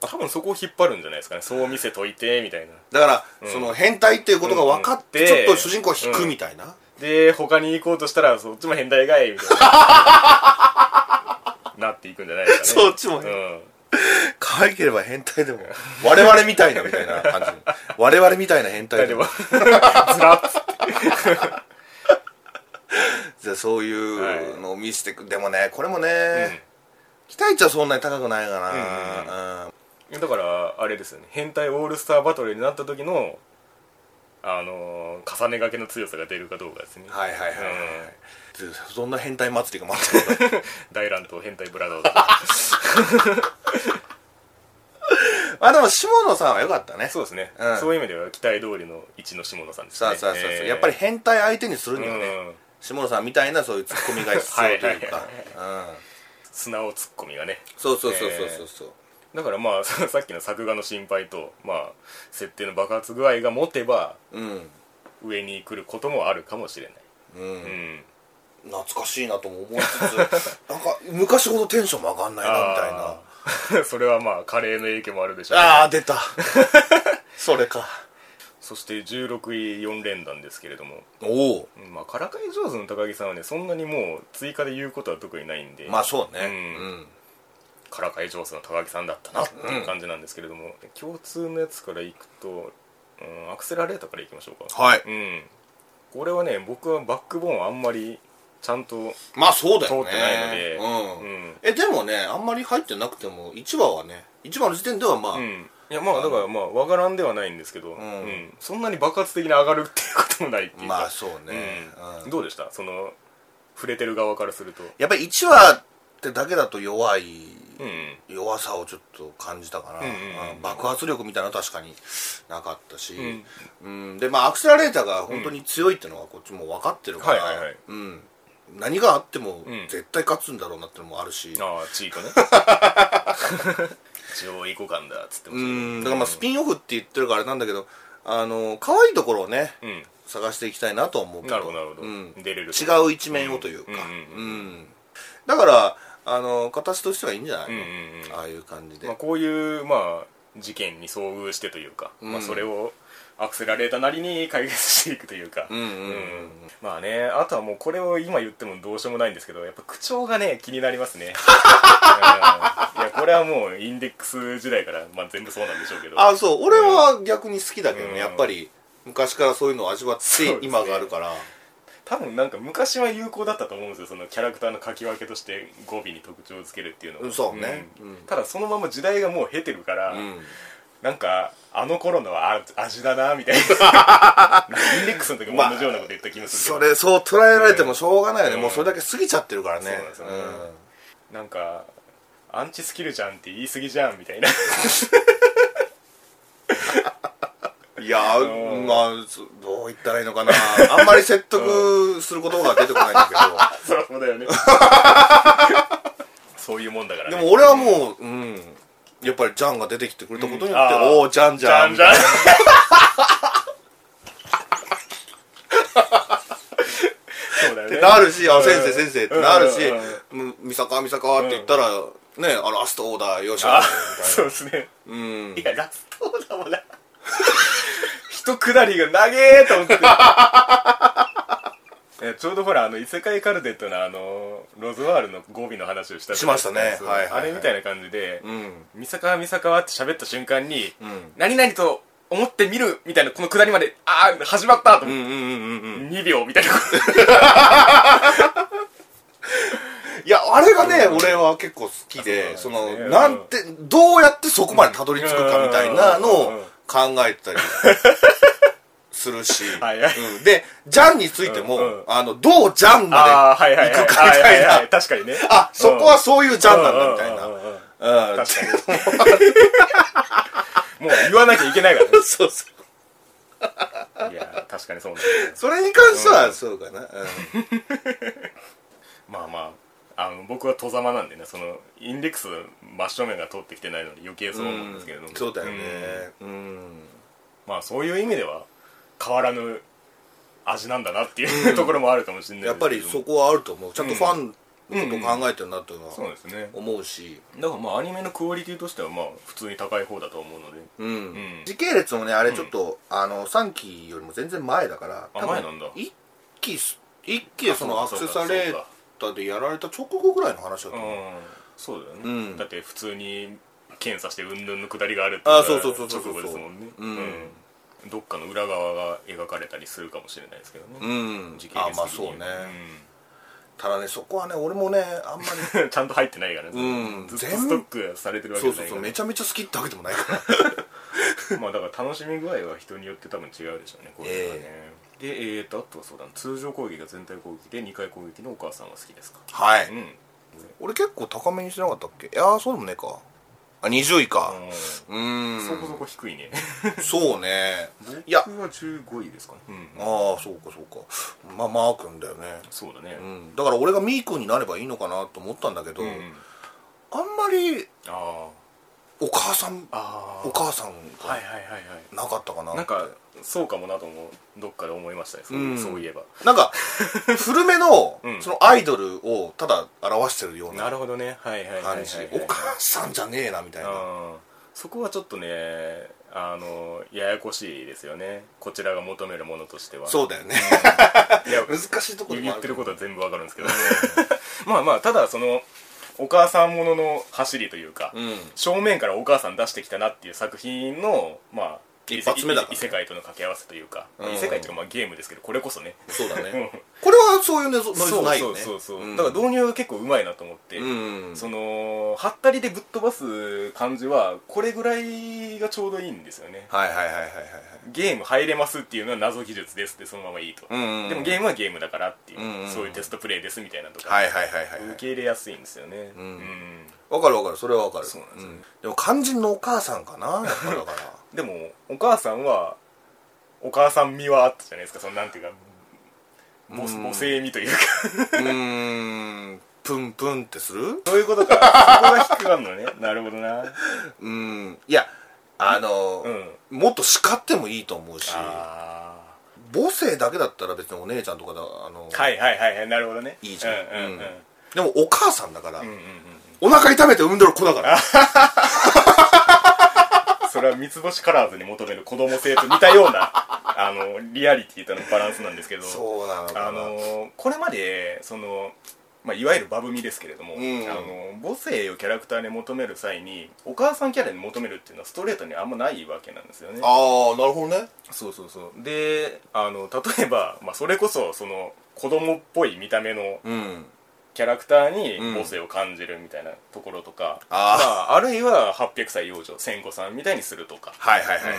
A: 多分そこを引っ張るんじゃないですかねそう見せといてみたいな
B: だから、その変態っていうことが分かって、
A: うんうん
B: ちょっと主人公は引くみたいな、
A: で他に行こうとしたらそっちも変態がいみたい ななっていくんじゃないですかね
B: そっちも変
A: うん
B: 可愛ければ変態でも我々みたいなみたいな感 じ我々みたいな変態
A: だ
B: で
A: け
B: も
A: どずらっつって
B: じゃあそうい
A: は
B: う
A: い
B: のを見せてく、でもねこれもね、期待値はそんなに高くないかな、うん
A: だからあれですよね変態オールスターバトルになった時のあのー重ねがけの強さが出るかどうかですね
B: はいはいはいはい、
A: うん
B: でそんな変態祭りが待ってるんだ
A: 大乱闘変態ブラザーズ
B: あでも下野さんは良かった ね
A: そうですね、
B: うん
A: そういう意味では期待通りの一の下野さんですね
B: さあさあさあ、
A: えー
B: やっぱり変態相手にする
A: う
B: にはね、
A: ん
B: 下野さんみたいなそういうツッコミが必要というかうん
A: 素直ツッコミがね
B: そうそうそうそうそうそう、
A: だからまあ さっきの作画の心配と、まあ、設定の爆発具合が持てば上に来ることもあるかもしれない
B: うん、う
A: う
B: ん
A: ん
B: 懐かしいなとも思いつつ なんか昔ほどテンションも上がんないなみたいな
A: あー それはまあカレーの影響もあるでしょうね
B: ああー 出たそれか
A: そして16位4連弾ですけれども、
B: おお
A: うんまあ、からかい上手の高木さんはねそんなにもう追加で言うことは特にないんで、
B: まあそうね
A: うんからかい上手の高木さんだったなっていう感じなんですけれども、共通のやつからいくと、うん、アクセラレーターからいきましょうか
B: はい
A: うんこれはね僕はバックボーンあんまりちゃんと
B: まあそうだ
A: 通
B: よね
A: ってないので、
B: うん
A: うん
B: えでもねあんまり入ってなくても1話はね1話の時点ではまあ、
A: うんいやまあだからまあわからんではないんですけど、うん
B: ん
A: そんなに爆発的に上がるっていうこともないっていうか
B: まあそうね、
A: うん
B: うん
A: どうでしたその触れてる側からすると
B: やっぱり1話ってだけだと弱い、
A: うんうん
B: 弱さをちょっと感じたから、
A: うんうんうん
B: うん爆発力みたいなのは確かに なかったし、
A: ん
B: うんでまあアクセラレーターが本当に強いってのはこっちも分かってるから、
A: はいはいはい
B: うん、何があっても
A: ん
B: 絶対勝つんだろうなってのもあるし、
A: ああチート ね上位互換だっつってましたけ
B: う
A: ど
B: ん、だからまあスピンオフって言ってるからあれなんだけどあの可愛いところをね
A: うん
B: 探していきたいなとは思うけど
A: なるほどなるほど、
B: うん、
A: 出れると
B: 違う一面をというか、
A: うん
B: うんだからあの形としてはいいんじゃないの、
A: うんうんうん
B: ああいう感じで、
A: まあ、こういうまあ事件に遭遇してというか、
B: うん
A: まあ、それをアクセラレーターなりに解決していくというか、
B: うんうんうん
A: まあねあとはもうこれを今言ってもどうしようもないんですけどやっぱ口調がね気になり ますね、うんいやこれはもうインデックス時代から、まあ、全部そうなんでしょうけど
B: あそう俺は逆に好きだけどね、
A: うん
B: やっぱり昔からそういうのを味わっ
A: そうです
B: て
A: ね
B: 今があるから、
A: 多分なんか昔は有効だったと思うんですよそのキャラクターの書き分けとして語尾に特徴をつけるっていうの
B: う
A: は
B: んそうね
A: ん
B: うん
A: ただそのまま時代がもう経てるから、
B: うん
A: なんかあの頃のあ味だなみたいな インデックスの時も同じようなこと言った気がす
B: そ
A: るけど、
B: れそう捉えられてもしょうがないよね、
A: うん
B: もうそれだけ過ぎちゃってるからね
A: そうなんですよねなんかアンチスキルじゃんって言い過ぎじゃんみたいな
B: うんいや
A: うん
B: まあそどう言ったらいいのかなあんまり説得する言葉が出てこないんだけ
A: そうだよね そういうもんだから、
B: ど、
A: ね、
B: でも俺はもううんやっぱりジャンが出てきてくれたことによって、
A: うんあー
B: おおジャン
A: じ
B: ジ
A: ゃ
B: ャ
A: ん
B: ン
A: じゃん そうだよ ね
B: なるし、
A: う
B: あ、
A: ん
B: 先生、先生ってなるし
A: うん、
B: む三坂、三坂って言ったら、ね、あ、ラストオーダー、よっしゃ
A: あ、そうですね
B: うん。
A: いやラストだもんな 一くだりが長えと思ってえちょうどほらあの異世界カルテットのあのロズワールの語尾の話をしたじゃないですか
B: しましたね
A: そう
B: はいはいはい
A: あれみたいな感じで
B: うん
A: 「三坂三坂は」って喋った瞬間に「
B: ん
A: 何々と思ってみる」みたいなこのくだりまで「ああ始まった」と思
B: う
A: って、
B: んうんうんうん
A: 2秒みたいな
B: いやあれがね俺は結構好きで
A: あ
B: そ
A: そうなんですね
B: のなんてどうやってそこまでたどり着くかみたいなのを
A: うん
B: 考えてたりするし
A: はいはい
B: うんでジャンについても
A: うんうん
B: あのどうジャン
A: ああ
B: ま
A: はいはいはい
B: 行くかみたいな
A: はいはいはい確かにね
B: であそこはそういうジャンなんだみたい
A: うんうんうんうんうん
B: なうん
A: 確かにもう言わなきゃいけないか
B: そうそう
A: らねいや確かにそうなんだよね
B: それに関して
A: う
B: は
A: ん
B: そうかなうん
A: まあまああの僕は戸様なんでねそのインデックス真正面が通ってきてないので余計そう思うんですけれども、
B: そうだよ
A: うん
B: ねうん
A: まあそういう意味では変わらぬ味なんだなっていう、ところもあるかもしれない
B: やっぱりそ
A: そ
B: こはあると思うちゃんとファンのことを考えてるなと
A: そう
B: は
A: ですね
B: 思うし
A: だからまあアニメのクオリティとしてはまあ普通に高い方だと思うので
B: うん
A: ん
B: 時系列もねあれちょっと、あの3期よりも全然前だから
A: あ
B: 多分
A: 前なんだ
B: 1期す一期でその
A: あ
B: ア
A: そ
B: ク
A: うか
B: セサレーターでやられた直後ぐらいの話だと
A: う
B: 思う、
A: んそうだよね、
B: うん
A: だって普通に検査してうんぬんのくだりがあるって
B: あそうそうそうそうそう
A: 直後ですもんね
B: うん
A: うんどっかの裏側が描かれたりするかもしれないですけどね、
B: うん
A: 時系列的に
B: あまあそうね、ただねそこはね俺もねあんま り
A: うんちゃんと入ってないからね、
B: うん
A: ずっとストックされてるわけ
B: そう
A: じゃ
B: そう
A: ない
B: そ
A: か
B: う
A: ら
B: めちゃめちゃ好きってわけでもないから
A: まあだから楽しみ具合は人によって多分違うでしょうねこれはね、でえー、とあとはそうだな通常攻撃が全体攻撃で2回攻撃のお母さんは好きですか
B: は
A: う
B: い
A: ん、
B: 俺結構高めにしてなかったっけいやーそうでもねえかあ20位かうーん
A: そこそこ低いね
B: そうねいや
A: 僕は15位ですかね、うん
B: ああそうかそうかまあマー君だよね
A: そうだね、
B: うん、だから俺がミー君になればいいのかなと思ったんだけど、
A: うん
B: あんまり
A: あ
B: お母さん
A: ああ
B: お母さん
A: は
B: が
A: いはいはいはい
B: なかったかなって
A: なんかそうかもなともどっかで思いましたねそう,、
B: うん
A: そういえば
B: な んか古めの
A: うん
B: そのアイドルをただ表してるよう
A: な
B: な
A: るほどねはいはいはいはい、
B: 感じお母さんじゃねえなみたいな
A: うんそこはちょっとねあのややこしいですよねこちらが求めるものとしては
B: そうだよね
A: いや
B: 難しいところ
A: 言ってることとは全部わかるんですけどまあまあただそのお母さんものの走りというか、
B: うん
A: 正面からお母さん出してきたなっていう作品のまあ
B: 一発目だからね
A: 異世界との掛け合わせというか、
B: うん
A: 異世界というかまあゲームですけどこれこそね
B: そうだね
A: うん
B: これはそういうねノイズないよね
A: そうそうそうそう、
B: ん
A: だから導入が結構うまいなと思って、
B: うん
A: そのはったりでぶっ飛ばす感じはこれぐらいがちょうどいいんですよね
B: はいはいはいはいはい
A: ゲーム入れますっていうのは謎技術ですってそのままいいと、
B: うんうん
A: でもゲームはゲームだからっていう、
B: うんうん
A: そういうテストプレイですみたいなのとか、
B: はいはいはいはいはい
A: 受け入れやすいんですよねうんん、
B: わかるわかるそれはわかる
A: そうなんですよね
B: でも肝心のお母さんかなやっぱだから
A: でもお母さんはお母さん味はあったじゃないですかそのなんていうか母
B: うん
A: 母性味というか
B: うーんプンプンってする
A: そういうことかそこが引っかかるのね なるほどな
B: うんいやあの、
A: うん
B: もっと叱ってもいいと思うし
A: あ
B: 母性だけだったら別にお姉ちゃんとかだあの、
A: あはいはいはいはいなるほどね
B: いいじゃん
A: うんうんうん、
B: うんでもお母さんだから、
A: うんうん
B: お腹痛めて産んでる子だから
A: うん、それは三つ星カラーズに求める子供性と似たよう なあのリアリティとのバランスなんですけど
B: そうなのかな
A: あのーこれまでその、まあ、いわゆるバブミですけれども、
B: ん
A: あの母性をキャラクターに求める際にお母さんキャラに求めるっていうのはストレートにあんまないわけなんですよね
B: ああなるほどね
A: そうそうそうであの例えば、まあ、それこそその子供っぽい見た目の
B: うん
A: キャラクター
B: う
A: に
B: ん
A: 母性を感じるみたいなところとか、ま
B: あ
A: あ、あるいは800歳養女千子さんみたいにするとか、
B: あはいはいはいはいはい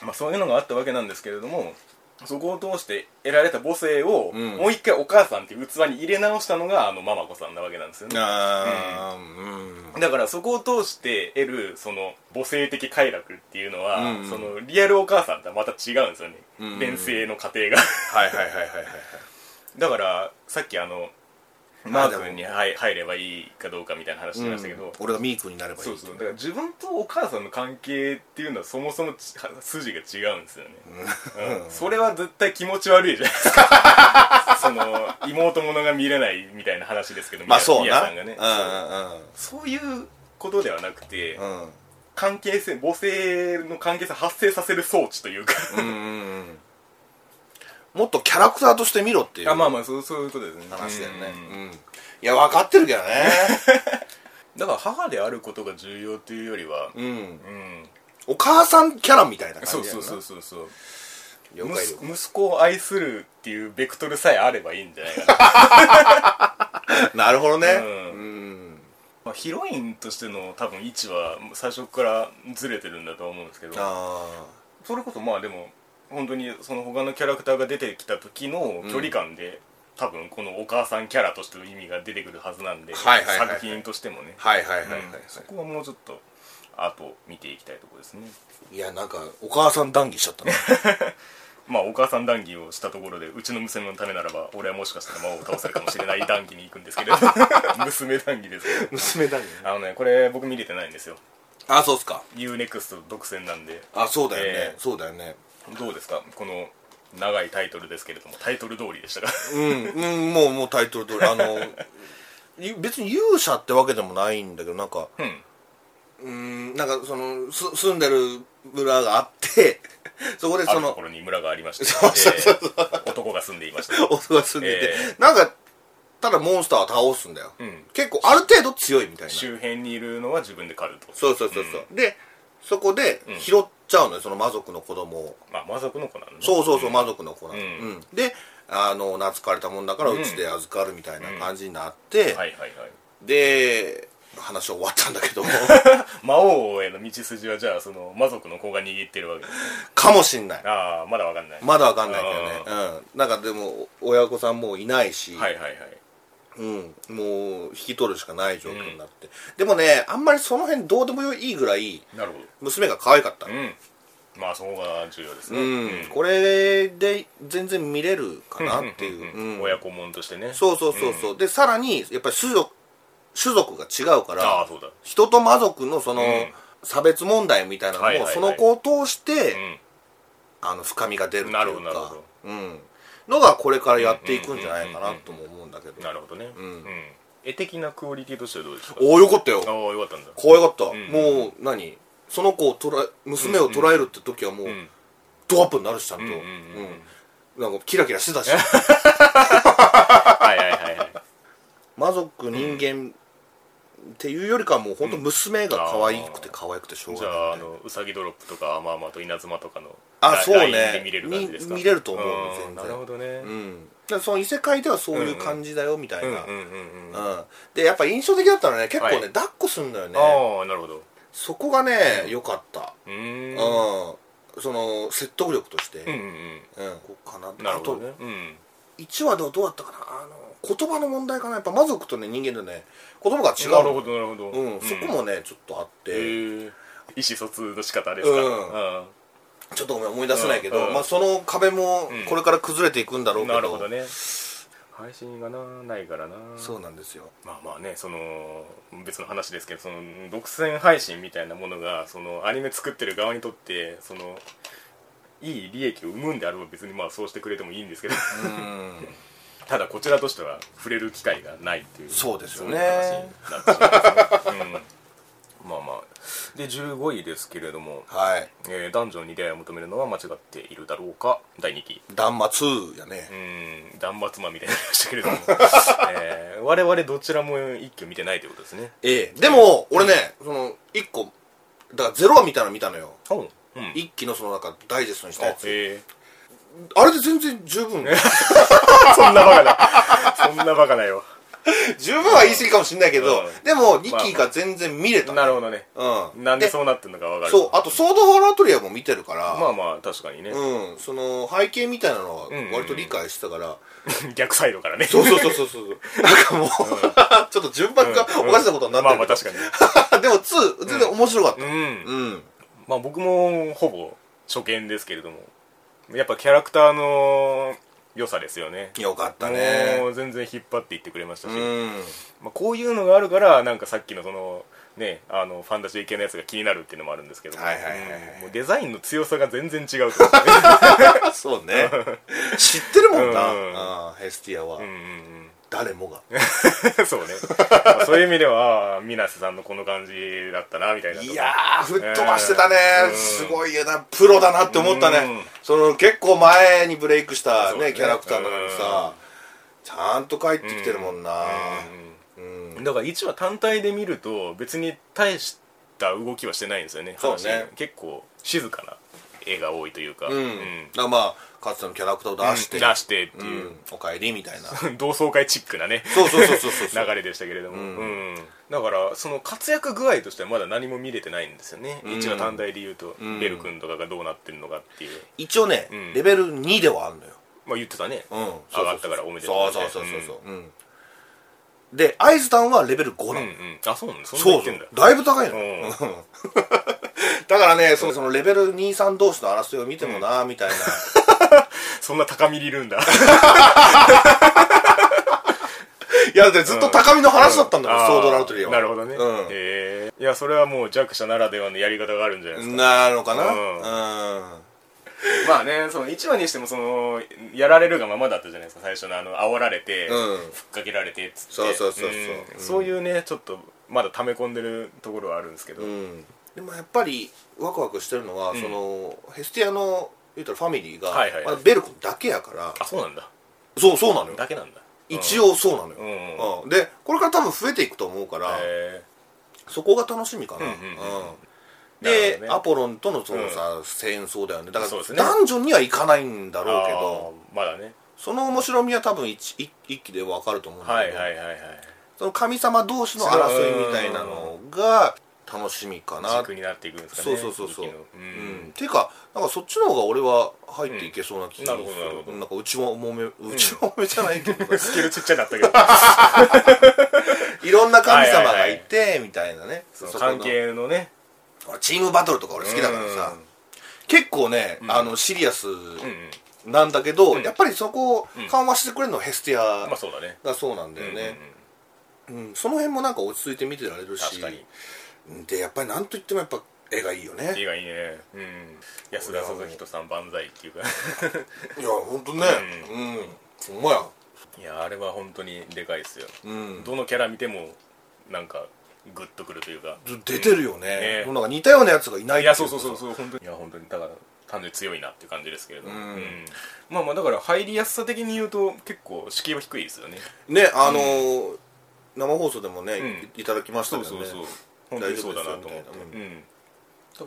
A: まあ、そういうのがあったわけなんですけれどもそこを通して得られた母性を、
B: うん
A: もう一回お母さんっていう器に入れ直したのがあのママ子さんなわけなんですよね
B: あーうん
A: だからそこを通して得るその母性的快楽っていうのは、
B: うんうん
A: そのリアルお母さんとはまた違うんですよね、
B: うんうん
A: 連生の過程が
B: はいはいはいはいはいはい
A: だからさっきあのマ
B: で
A: ー
B: も
A: 君に入入ればいいかどうかみたいな話してましたけど、
B: うん俺がミー君になればいい
A: そうそうだから自分とお母さんの関係っていうのはそもそもち筋が違うんですよね、うんそれは絶対気持ち悪いじゃないですか その妹ものが見れないみたいな話ですけど
B: まあそう
A: ミヤ
B: な
A: さんがね、
B: う
A: そういうことではなくて、
B: んうんうん
A: 関係性母性の関係性を発生させる装置というか
B: うんうんうんもっとキャラクターとして見ろ っていう
A: あまあまあそうそういうことですね
B: 話だよね
A: うん
B: うんいや分かってるけど ね
A: だから母であることが重要っていうよりは
B: うん
A: うん
B: お母さんキャラみたいな
A: そ
B: 感
A: う
B: じだ
A: そう
B: よな
A: そうそうそう
B: 了解了解
A: 息息子を愛するっていうベクトルさえあればいいんじゃないかな
B: なるほどね
A: うん
B: うん
A: まあヒロインとしての多分位置は最初からずれてるんだと思うんですけど
B: あ
A: それこそまあでも本当にその他のキャラクターが出てきた時の距離感で、多分このお母さんキャラとしての意味が出てくるはずなんで、
B: はいはいはいはい
A: 作品としてもね、
B: あはいはいはいはいはい
A: うんそこはもうちょっと後見ていきたいところですね
B: いやなんかお母さん談義しち ゃったね
A: まあお母さん談義をしたところでうちの娘のためならば俺はもしかしたら魔王を倒せるかもしれない談義に行くん ですけれど娘談義ですけ
B: 娘談義
A: どあのねこれ僕見れてないんですよ
B: あそうっすか
A: UNEXT 独占なんで
B: あそうだよね、
A: ええ
B: そうだよね
A: どうですかこの長いタイトルですけれどもタイトル通りでした か
B: うん、うん、もうもうタイトル通りあの ゆ別に勇者ってわけでもないんだけどなんか
A: うん
B: うんなんかそのす住んでる村があって そこで
A: あ
B: そ
A: ると
B: の
A: ころに村がありまして
B: そうそうそう
A: えー男が住んでいま した
B: 男が住んでて、
A: え
B: なんかただモンスターを倒すんだよ、
A: うん
B: 結構ある程度強いみたいなそう
A: 周辺にいるのは自分で狩ると
B: そうそうそう、でそこで拾っちゃうのよその魔族の子供を
A: まあ魔族の子なのね
B: そうそうそう、魔族の子なの、
A: う
B: うんんであの懐かれたもんだから
A: うん
B: うちで預かるみたいな感じになって、
A: はいはいはい
B: で話は終わったんだけど
A: 魔王への道筋はじゃあその魔族の子が握ってるわけですね
B: かもしんない
A: ああまだわかんない
B: まだわかんないけどね、うん、なんかでも親御さんもういないし、
A: はいはいはい
B: うん、もう引き取るしかない状況になって、でもねあんまりその辺どうでもいいぐらい
A: なるほ
B: 娘が可愛かった
A: どうんまあそこが重要です
B: う
A: ね
B: ん、これで全然見れるかなっていう、
A: うん
B: うん
A: 親子もんとしてね
B: そうそうそうそう、でさらにやっぱり種族種族が違うか
A: ああ
B: ら
A: そうだ
B: 人と魔族のその、
A: うん
B: 差別問題みたいなのも、
A: はいはいはい
B: その子を通して、
A: う
B: あの深みが出るというか
A: なるほどなるほど
B: うん、のがこれからやっていくんじゃないかなとも思うんだけど
A: んなるほどねうんん絵的なクオリティとしてはどうですか
B: おおよかったよ
A: ああよかったんだ
B: 可愛かった、
A: ん
B: もう何その子を捉え娘を捉えるって時はもう、
A: ん
B: ドアップになるしちゃんと、
A: う
B: うんん
A: うんうん
B: なんかキラキラしてたし
A: はいはいはいはい
B: 魔族人間っていうよりかはもう本当娘が可愛くて可愛くてしょう
A: じ
B: が
A: ゃ
B: ない
A: ああのうさぎドロップとかアマアマと稲妻とかの
B: あ
A: ラ
B: そうね
A: ラインで見れる感じですか
B: み見れると思う
A: あー
B: 全然
A: なるほどね
B: うんだからその異世界ではそういう感じだよみたいな、
A: う
B: うんん
A: うんうんうんあ
B: でやっぱ印象的だったのはね結構ね、
A: はい
B: 抱っこするんだよね
A: あなるほど
B: そこがね良かった、
A: うーん
B: うん、その説得力として、う
A: うんんうん
B: こうかな
A: うんなる
B: あ
A: ほど
B: と
A: ねうん
B: 1話ではどうだったかなあの言葉の問題かなやっぱ魔族とね人間でね言葉が違う
A: なる
B: の
A: ほどなるほど
B: うん、そこもねちょっとあって、
A: へえ意思疎通の仕方ですか
B: うん
A: あ
B: ちょっとごめん思い出せないけど、
A: うんうん
B: まあ、その壁も
A: うん
B: これから崩れていくんだろ
A: ー
B: うけど,、
A: なるほどね配信がなないからな
B: そうなんで すよ
A: まあまあねその別の話ですけどその独占配信みたいなものがそのアニメ作ってる側にとってそのいい利益を生むんであれば別にまあそうしてくれてもいいんですけど
B: うん
A: ただこちらとしては触れる機会がないっていう
B: そうですよ
A: い
B: ね
A: 話になってしまいますねうんまあまあで15位ですけれども
B: はい
A: 「えー、男女に出会いを求めるのは間違っているだろうか」第2期
B: 断末やね
A: う、ん断末魔みたいになりましたけれども、 えー我々どちらも一挙見てないということですね
B: ええでも俺ね、その1個だからゼロ話みたいなの見たのよ
A: うんうん
B: 一気のそのなんかダイジェストにしたやつ
A: え
B: あれで全然十分
A: ーそんなバカだそんなバカだよ
B: 十分は言い過ぎかもしれないけど、
A: うん
B: でも2期が全然見れた、
A: なるほどね
B: ど、うん、
A: なんでそうなってんのかわかる
B: そうあとソード・フォー・ラトリアも見てるから、
A: まあまあ確かにね、
B: うん、その背景みたいなのは
A: んうん
B: 割と理解してたから、
A: 逆サイドからね
B: そうそうそうそうそうなんかもう、ちょっと順番がおかしなことになって
A: まあ
B: る
A: まあ
B: けど、
A: 確かに
B: でも2全然面白かっ
A: う
B: た
A: ん、
B: うん、
A: まあ僕もほぼ初見ですけれどもやっぱキャラクターの良さですよね
B: よかった
A: も
B: ね
A: う全然引っ張っていってくれましたし、
B: うん
A: まあ、こういうのがあるからなんかさっきのそのねあのファンタジー系のやつが気になるっていうのもあるんですけども
B: はいはいはいはい
A: うんもうデザインの強さが全然違うと思うね
B: そうね知ってるもんな、
A: うん
B: ああヘスティアは、
A: うんうんうん
B: 誰 もが
A: そうね、まあそういう意味では水瀬さんのこの感じだったなみたいない
B: やー吹っ飛ばしてたね、
A: うん
B: すごいよなプロだなって思ったね、
A: うん
B: その結構前にブレイクした、
A: そう
B: ね
A: ね
B: キャラクターなのにさ、ちゃんと帰ってきてるもんな、うん
A: だから1話単体で見ると別に大した動きはしてないんですよね
B: そうね
A: 話結構静かな絵が多いというか、
B: うん
A: う
B: だからまあかつてのキャラクターを出して、
A: 出してっていう
B: う、んおかえりみたいな
A: 同窓会チックなね
B: そうそうそうそうそうそう
A: 流れでしたけれども、
B: ん
A: うんだからその活躍具合としてはまだ何も見れてないんですよね、
B: ん
A: 一話単体で言うと、
B: ん
A: ベル君とかがどうなってるのかっていう
B: 一応ね、
A: ん
B: レベル2ではあるのよ、
A: まあ言ってたね、
B: うん、
A: 上がったからおめでとう
B: そ
A: ね
B: うそうそうそうそう、うんでアイズタンはレベル5な
A: うん
B: の、
A: うんあそうなんだそんな
B: そ
A: 言
B: う
A: って
B: そ
A: んだ
B: うだいぶ高いの、
A: うん
B: だからねそのそのレベル23同士の争いを見てもなみ たいな、
A: そんな高みにいるんだ
B: いやだってずっと高みの話だったんだから、ソードラウトリーは
A: なるほどね、
B: うん
A: へえいやそれはもう弱者ならではのやり方があるんじゃないですか、
B: なのかな
A: う
B: うん、
A: まあねその1話にしてもそのやられるがままだったじゃないですか最初のあの煽られて、
B: うん
A: ふっかけられてっつって
B: そうそうそうそうん
A: そういうねちょっとまだ溜め込んでるところはあるんですけど、
B: うん、でもやっぱりワクワクしてるのは、そのヘスティアの言うたらファミリーが、
A: はいはいはい
B: まあベル君だけやから
A: あそうなんだ
B: そうそうなのよ
A: だけなんだ
B: 一
A: 応、
B: 応そうなのよ、
A: うんうん
B: うんでこれから多分増えていくと思うから、
A: へ
B: そこが楽しみかな、
A: うん
B: う
A: うんうん
B: ん
A: うんなる
B: で
A: ほど、ね
B: アポロンとのそのさ、戦争だよねだか
A: そうです
B: ら
A: ね
B: ダンジョンには行かないんだ
A: ー
B: ろうけ
A: あ
B: ど
A: ーまだね
B: その面白みは多分一一一期で分かると思うんだ
A: は
B: け
A: い
B: ど、
A: はいはいはい
B: その神様同士の争いみたいなのが楽しみかな、
A: 軸になっていくんですか
B: そう
A: ね
B: そうそうそう、
A: 時期の
B: う
A: うんん、
B: ていうかなんかそっちの方が俺は入っていけそうな気がす
A: うんなるほどなるほ
B: る
A: ど
B: なんかうちももめうちもめじゃないけど、
A: スキルちっちゃかったけ ど
B: いろんな神様がいてみたいなね
A: そ
B: そ
A: の
B: この
A: 関係のね
B: チームバトルとか俺好きだからさ、結構ね、あのシリアス
A: うんうん
B: なんだけど、
A: うん
B: やっぱりそこを
A: うん
B: 緩和してくれるのはヘスティア
A: まあそうだね
B: がそうなんだよね、うんその辺もなんか落ち着いて見てられる
A: 確
B: し
A: かに
B: でやっぱりなんといってもやっぱ絵がいいよね
A: うん、絵がいいね、うん、安田鈴人さん万歳っていうか
B: いや本当ねうん、ほんまや
A: いやあれは本当にでかいですよ、
B: うん
A: どのキャラ見てもなんかグッとくるというか
B: 出てるよ
A: ね
B: ね,、なんか似たようなやつがいない
A: いやそうそうそううそう本当にいや本当にだから単純に強いなっていう感じですけれども、
B: うん
A: まあまあだから入りやすさ的に言うと結構敷居は低いですよね
B: ねあのー生放送でもね、
A: うん
B: いいただきました
A: そ
B: け
A: う
B: ど
A: そ
B: ね
A: うそう本当にそうだなと思
B: 大丈夫
A: っ
B: です
A: て
B: よ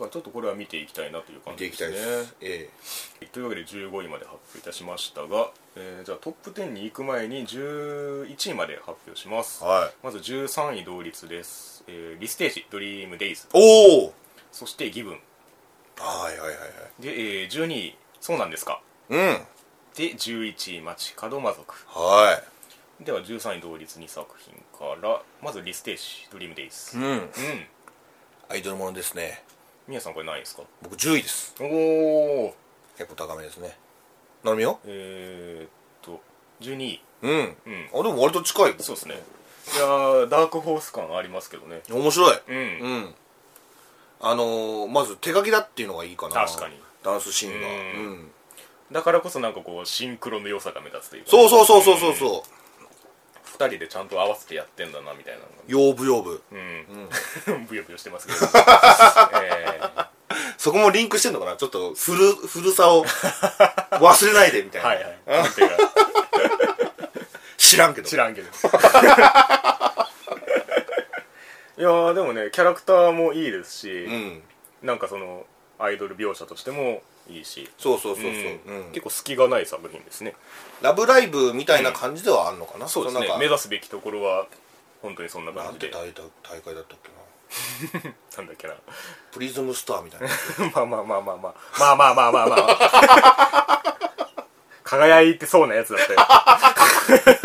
A: うんだ
B: み、たい
A: からちょっとこれは見ていきたいなという感
B: 見て
A: じ
B: い
A: で
B: き
A: す
B: たい
A: ね
B: です、え
A: というわけで15位まで発表いたしましたが、えーじゃあトップ10に行く前に11位まで発表します
B: えはい
A: まず13位同率です、えーリステージドリームデイズ
B: おお
A: そしてギブン
B: はいはいはい
A: で、えー12位そうなんですか
B: はいうん
A: で11位街角魔族
B: は
A: では13位同率2作品からまずリステージドリームデイズ
B: いうん
A: うん
B: アイドルものですね
A: 皆さんこれないですか
B: 僕10位です
A: おお
B: 結構高めですね飲みよ
A: えー、っと12位
B: うん
A: うん
B: あでも割と近い
A: そうですねいやーダークホース感ありますけどね
B: 面白い
A: うん、
B: うんあのー、まず手書きだっていうのがいいかな
A: 確かに
B: ダンスシーンが
A: うん
B: うん
A: だからこそなんかこうシンクロの良さが目立つというか
B: そうそうそうそうそうそう
A: 2人でちゃんと合わせてやってんだなみたいなのが
B: 養父養父
A: うん、 ブヨブヨしてますけど、えー
B: そこもリンクしてんのかなちょっと古古さ を忘れないでみたいな、
A: はいはいなんていうか
B: 知らんけど
A: 知らん けどいやーでもねキャラクターもいいですし、
B: うん
A: なんかそのアイドル描写としてもいいし
B: そうそうそうそう、
A: うん
B: うん
A: 結構隙がない作品ですね
B: ラブライブみたいな感じではあるのかな、
A: そうですね
B: のなん
A: 目
B: か
A: 指すべきところは本当にそんな
B: な
A: 感
B: ん
A: じ
B: て
A: で
B: 大大大会だったっけな
A: なんだっけな
B: プリズムスターみたいな
A: まあまあまあまあまあまあまあまあまあまあ 輝いてそうなやつだったよ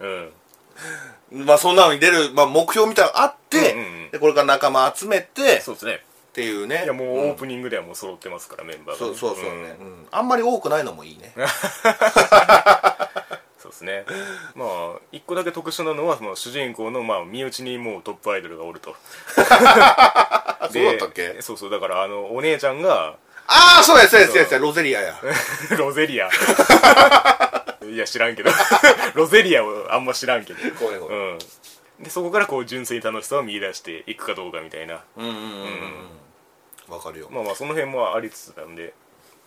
A: うん
B: まあそんなのに出る、まあ、目標みたいなのあって、
A: うんうんうん
B: でこれから仲間集めて
A: そうですね
B: っていうね
A: いやもうオープニングではもう揃ってますから、メンバーが
B: そ
A: ね、
B: うそうそうね、
A: ん
B: うんあんまり多くないのもい いね
A: そうですねまあ一個だけ特殊なのはその主人公のまあ身内にもうトップアイドルがおると
B: あそう
A: で
B: だったっけ
A: そうそうだからあのお姉ちゃんが
B: ああそうやそうやそうやそうやロゼリアや
A: ロゼリアいや知らんけど ロゼリアをあんま知らんけど
B: ごめんごめん
A: うんでそこからこう純粋に楽しさを見出していくかどうかみたいな
B: うんうんうんうんわかるよ
A: まあまあその辺もありつつなんで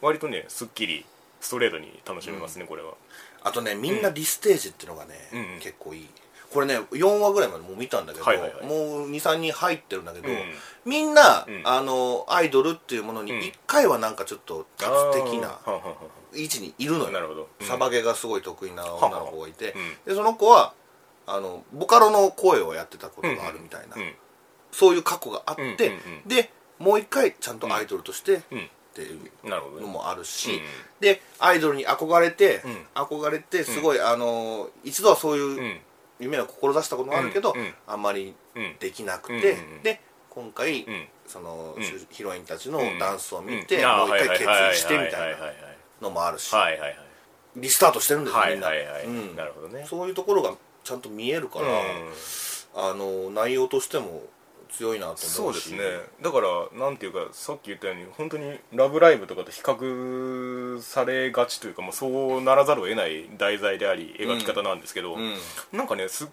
A: 割とねすっきりストレートに楽しめますね、これは
B: あとねみんなリステージってのがね、
A: うんうん
B: 結構いいこれね4話ぐらいまでもう見たんだけど、
A: はいはいはい
B: もう23人入ってるんだけど、
A: うん
B: みんな、
A: うん
B: あのアイドルっていうものに
A: うん
B: 1回はなんかちょっと
A: あ
B: 活
A: ー
B: 的な
A: はんはんはんは
B: 位置にいるの
A: んなる
B: よ
A: ほど、
B: サバゲがすごい得意な女の子がいて、
A: うん
B: でその子はあのボカロの声をやってたことがあるみたいな、
A: うんうん
B: そういう過去があって、
A: うんうんうん
B: でもう1回ちゃんとアイドルとしてっ
A: うん
B: ていう
A: なるほど
B: の
A: ね
B: もあるし、
A: うん
B: でアイドルに憧れて、
A: うん
B: 憧れてすごい、あの一度はそう
A: う
B: いうん夢を志したこともあるけど、
A: うんうん
B: あんまり
A: うん
B: できなくて、
A: うんうん
B: で今回、
A: うん
B: その、
A: うん
B: ヒロインたちの
A: うん
B: ダンスを見て、
A: んあ
B: も
A: ー
B: う一回決意してみたい
A: はは
B: な
A: は
B: のもあるし、
A: はいはい
B: リスタートしてるんですよ、
A: はい
B: みんな、
A: はいはいはいはい
B: うん
A: なるほどね
B: そういうところがちゃんと見えるから、
A: うん
B: あの内容としても強いなと思うし
A: そうですねだからなんていうかさっき言ったように本当に「ラブライブ!」とかと比較されがちというか、まあ、そうならざるを得ない題材であり描き方なんですけど、
B: うん
A: なんかねす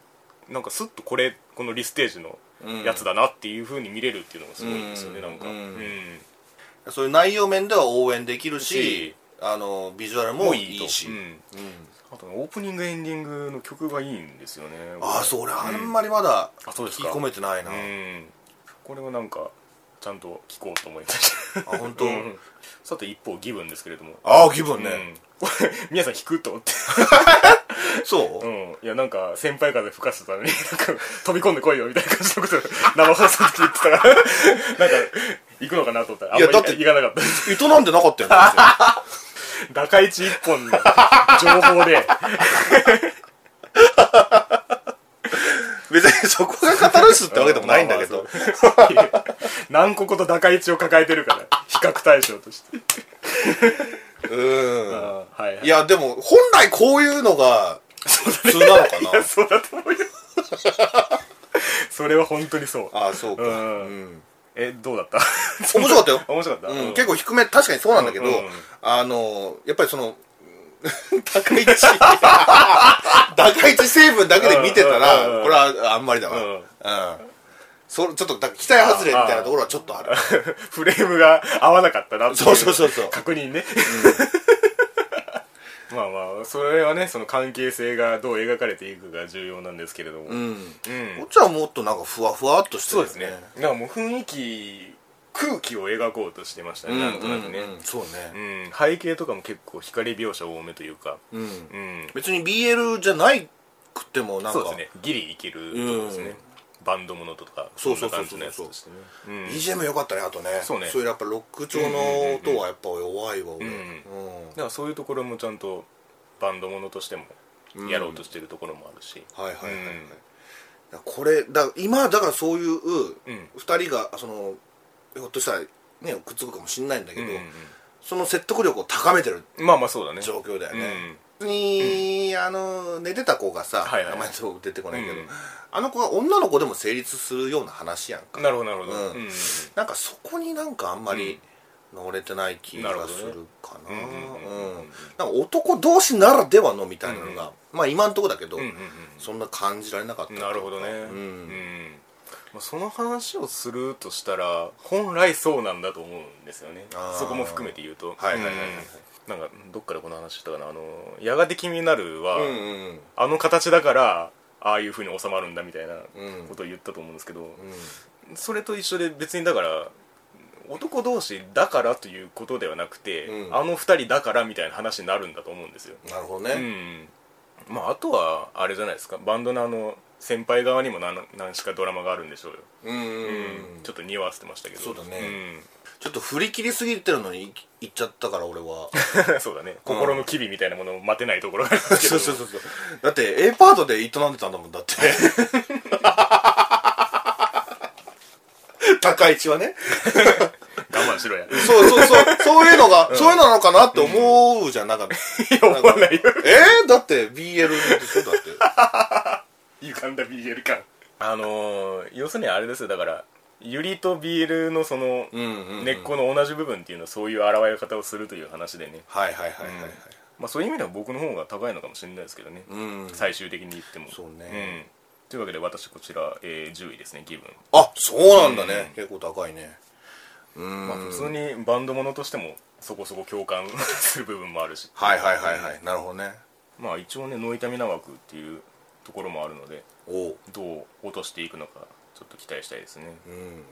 A: なんかスッとこれこのリステージの
B: うん
A: やつだなっていうふうに見れるっていうのがすごいんですよね、
B: う
A: な
B: ん
A: んか、
B: うん
A: ん
B: そういう内容面では応援できるし
A: し
B: あのビジュアル
A: も
B: も
A: うい
B: い
A: いと
B: いし
A: うん
B: うん
A: あとねオープニングエンディングの曲がいいんですよね
B: ああそう俺あんま
A: り、
B: りまだ
A: あそうです
B: 聞き
A: か
B: 込めてないな、
A: うんこれはなんかちゃんと聴こうと思いました
B: あ本当、
A: うんさて一方ギブンですけれども
B: ああ気分
A: ね、
B: ね、
A: これ皆さん弾くと思って、
B: そう、
A: うん、いやなんか先輩風吹かすためになんか飛び込んでこいよみたいな感じのこと 生放送で言ってたからなんか行くのかなと思ったらあんま
B: いやだっ
A: り
B: て
A: 行かなかった
B: 営んでなかっ たよね
A: 打開地一本の情報で
B: 別に別にそこがカタルシスってわけでもないんだ けど、
A: まあまあそう南国と打開地を抱えてるから比較対象として
B: うん、
A: あーはいはい
B: いやでも本来こういうのが普通なのか
A: い
B: な
A: やそうだと思うよ それは本当にそう
B: ああそうか、う
A: うん
B: ん
A: えどうだった
B: 面白かったよ
A: 面白かった、
B: うん結構低め確かにそうなんだけど、
A: うんうん
B: あのやっぱりその 高市 高市成分だけで見てたら、
A: うんうんうん
B: これはあんまりだわ、
A: うん
B: うんそれちょっとだ期待外れみたいなところはちょっとある
A: フレームが合わなかったなってい
B: そうそうそうそう
A: 確認ね、 まあまあそれはねその関係性がどう描かれていくかが重要なんですけれども、
B: うん
A: うん
B: こっちはもっとなんかふわふわっとしてる
A: そう
B: よ
A: ですねだからもう雰囲気空気を描こうとしてました
B: う
A: ね、
B: ん
A: なんとなくね、
B: うんうんそう
A: う
B: ね
A: ん背景とかも結構光描写多めというか、
B: うん、
A: うん、
B: 別に BL じゃないくってもなんか
A: そうですねギリいけるとこですね、バンドものとか
B: そう
A: そん
B: そ
A: な感
B: うそう
A: じ
B: そう
A: のやつとしてねうん
B: BGM 良かったねあとね
A: そうね
B: そういうやっぱロック調の音はやっぱ弱いわ俺
A: うん
B: うん
A: だからそういうところもちゃんとバンドものとしてもやろうとしてるところもあるし、
B: はいはいはいはい、
A: うん
B: いやこれだ今だからそういう
A: うん
B: 2人がそのひょっとしたら、ね、くっつくかもしれないんだけど、
A: うんうん
B: その説得力を高めてる
A: うんまあまあそうだね
B: 状況だよね、
A: うん
B: 別に、あの寝てた子がさ、
A: はいはい
B: 名前そう出てこないけど、
A: うん
B: あの子が女の子でも成立するような話やんか
A: なるほどなるほど、
B: うん
A: うん
B: なんかそこになんかあんまり乗れてない気
A: なるほ
B: が
A: どね
B: するかな
A: うんうんうんうん
B: うんなんか男同士ならではのみたいなのが、まあ今のとこだけど、
A: うんうん
B: そんな感じられなかった
A: うんなるほどね、
B: うん
A: まあ、その話をするとしたら本来そうなんだと思うんですよね
B: あー
A: そこも含めて言うと
B: はいはいはいはい
A: うんなんかどっからこの話したかなあの「やがて君になるは」
B: うんうん
A: あの形だからああいうふうに収まるんだみたいな
B: うん
A: ことを言ったと思うんですけど、
B: う
A: それと一緒で別にだから男同士だからということではなくて、
B: うん
A: あの二人だからみたいな話になるんだと思うんですよ、
B: んなるほど
A: う
B: ね、
A: んまああとはあれじゃないですかバンドのあの先輩側にも何何しかドラマがあるんでしょうよ、
B: うんうん
A: うんちょっと匂わせてましたけど
B: そうだね、ちょっと振り切りすぎてるのに行っちゃったから俺は
A: うん そうだね心の機微みたいなものを待てないところがあるんですけど
B: そうそうそうそうだって A パートで営んでたんだもんだって 高市はね
A: 我慢しろ やい
B: そうそうそうそういうのが、そういうのなのかなって思うじゃんなんか
A: や思わないよ
B: えー、だって BL でしょだって
A: 歪んだ BL 感あのー要するにあれですよだからユリと BL のその
B: うんうんうん
A: 根っこの同じ部分っていうのはそういう表れ方をするという話でね、
B: はいはいはいはいはい、
A: まあ、そういう意味では僕の方が高いのかもしれないですけどね、
B: うん
A: 最終的に言っても
B: そうね、
A: うん、というわけで私こちら、えー10位ですね気分、
B: あそうなんだね、結構高いねうん、
A: まあ、普通にバンドものとしてもそこそこ共感 する部分もあるし
B: はいはいはいはい、なるほどね
A: まあ一応ねノイタミナ枠っていうところもあるので
B: おう
A: どう落としていくのかちょっと期待したいですね
B: うん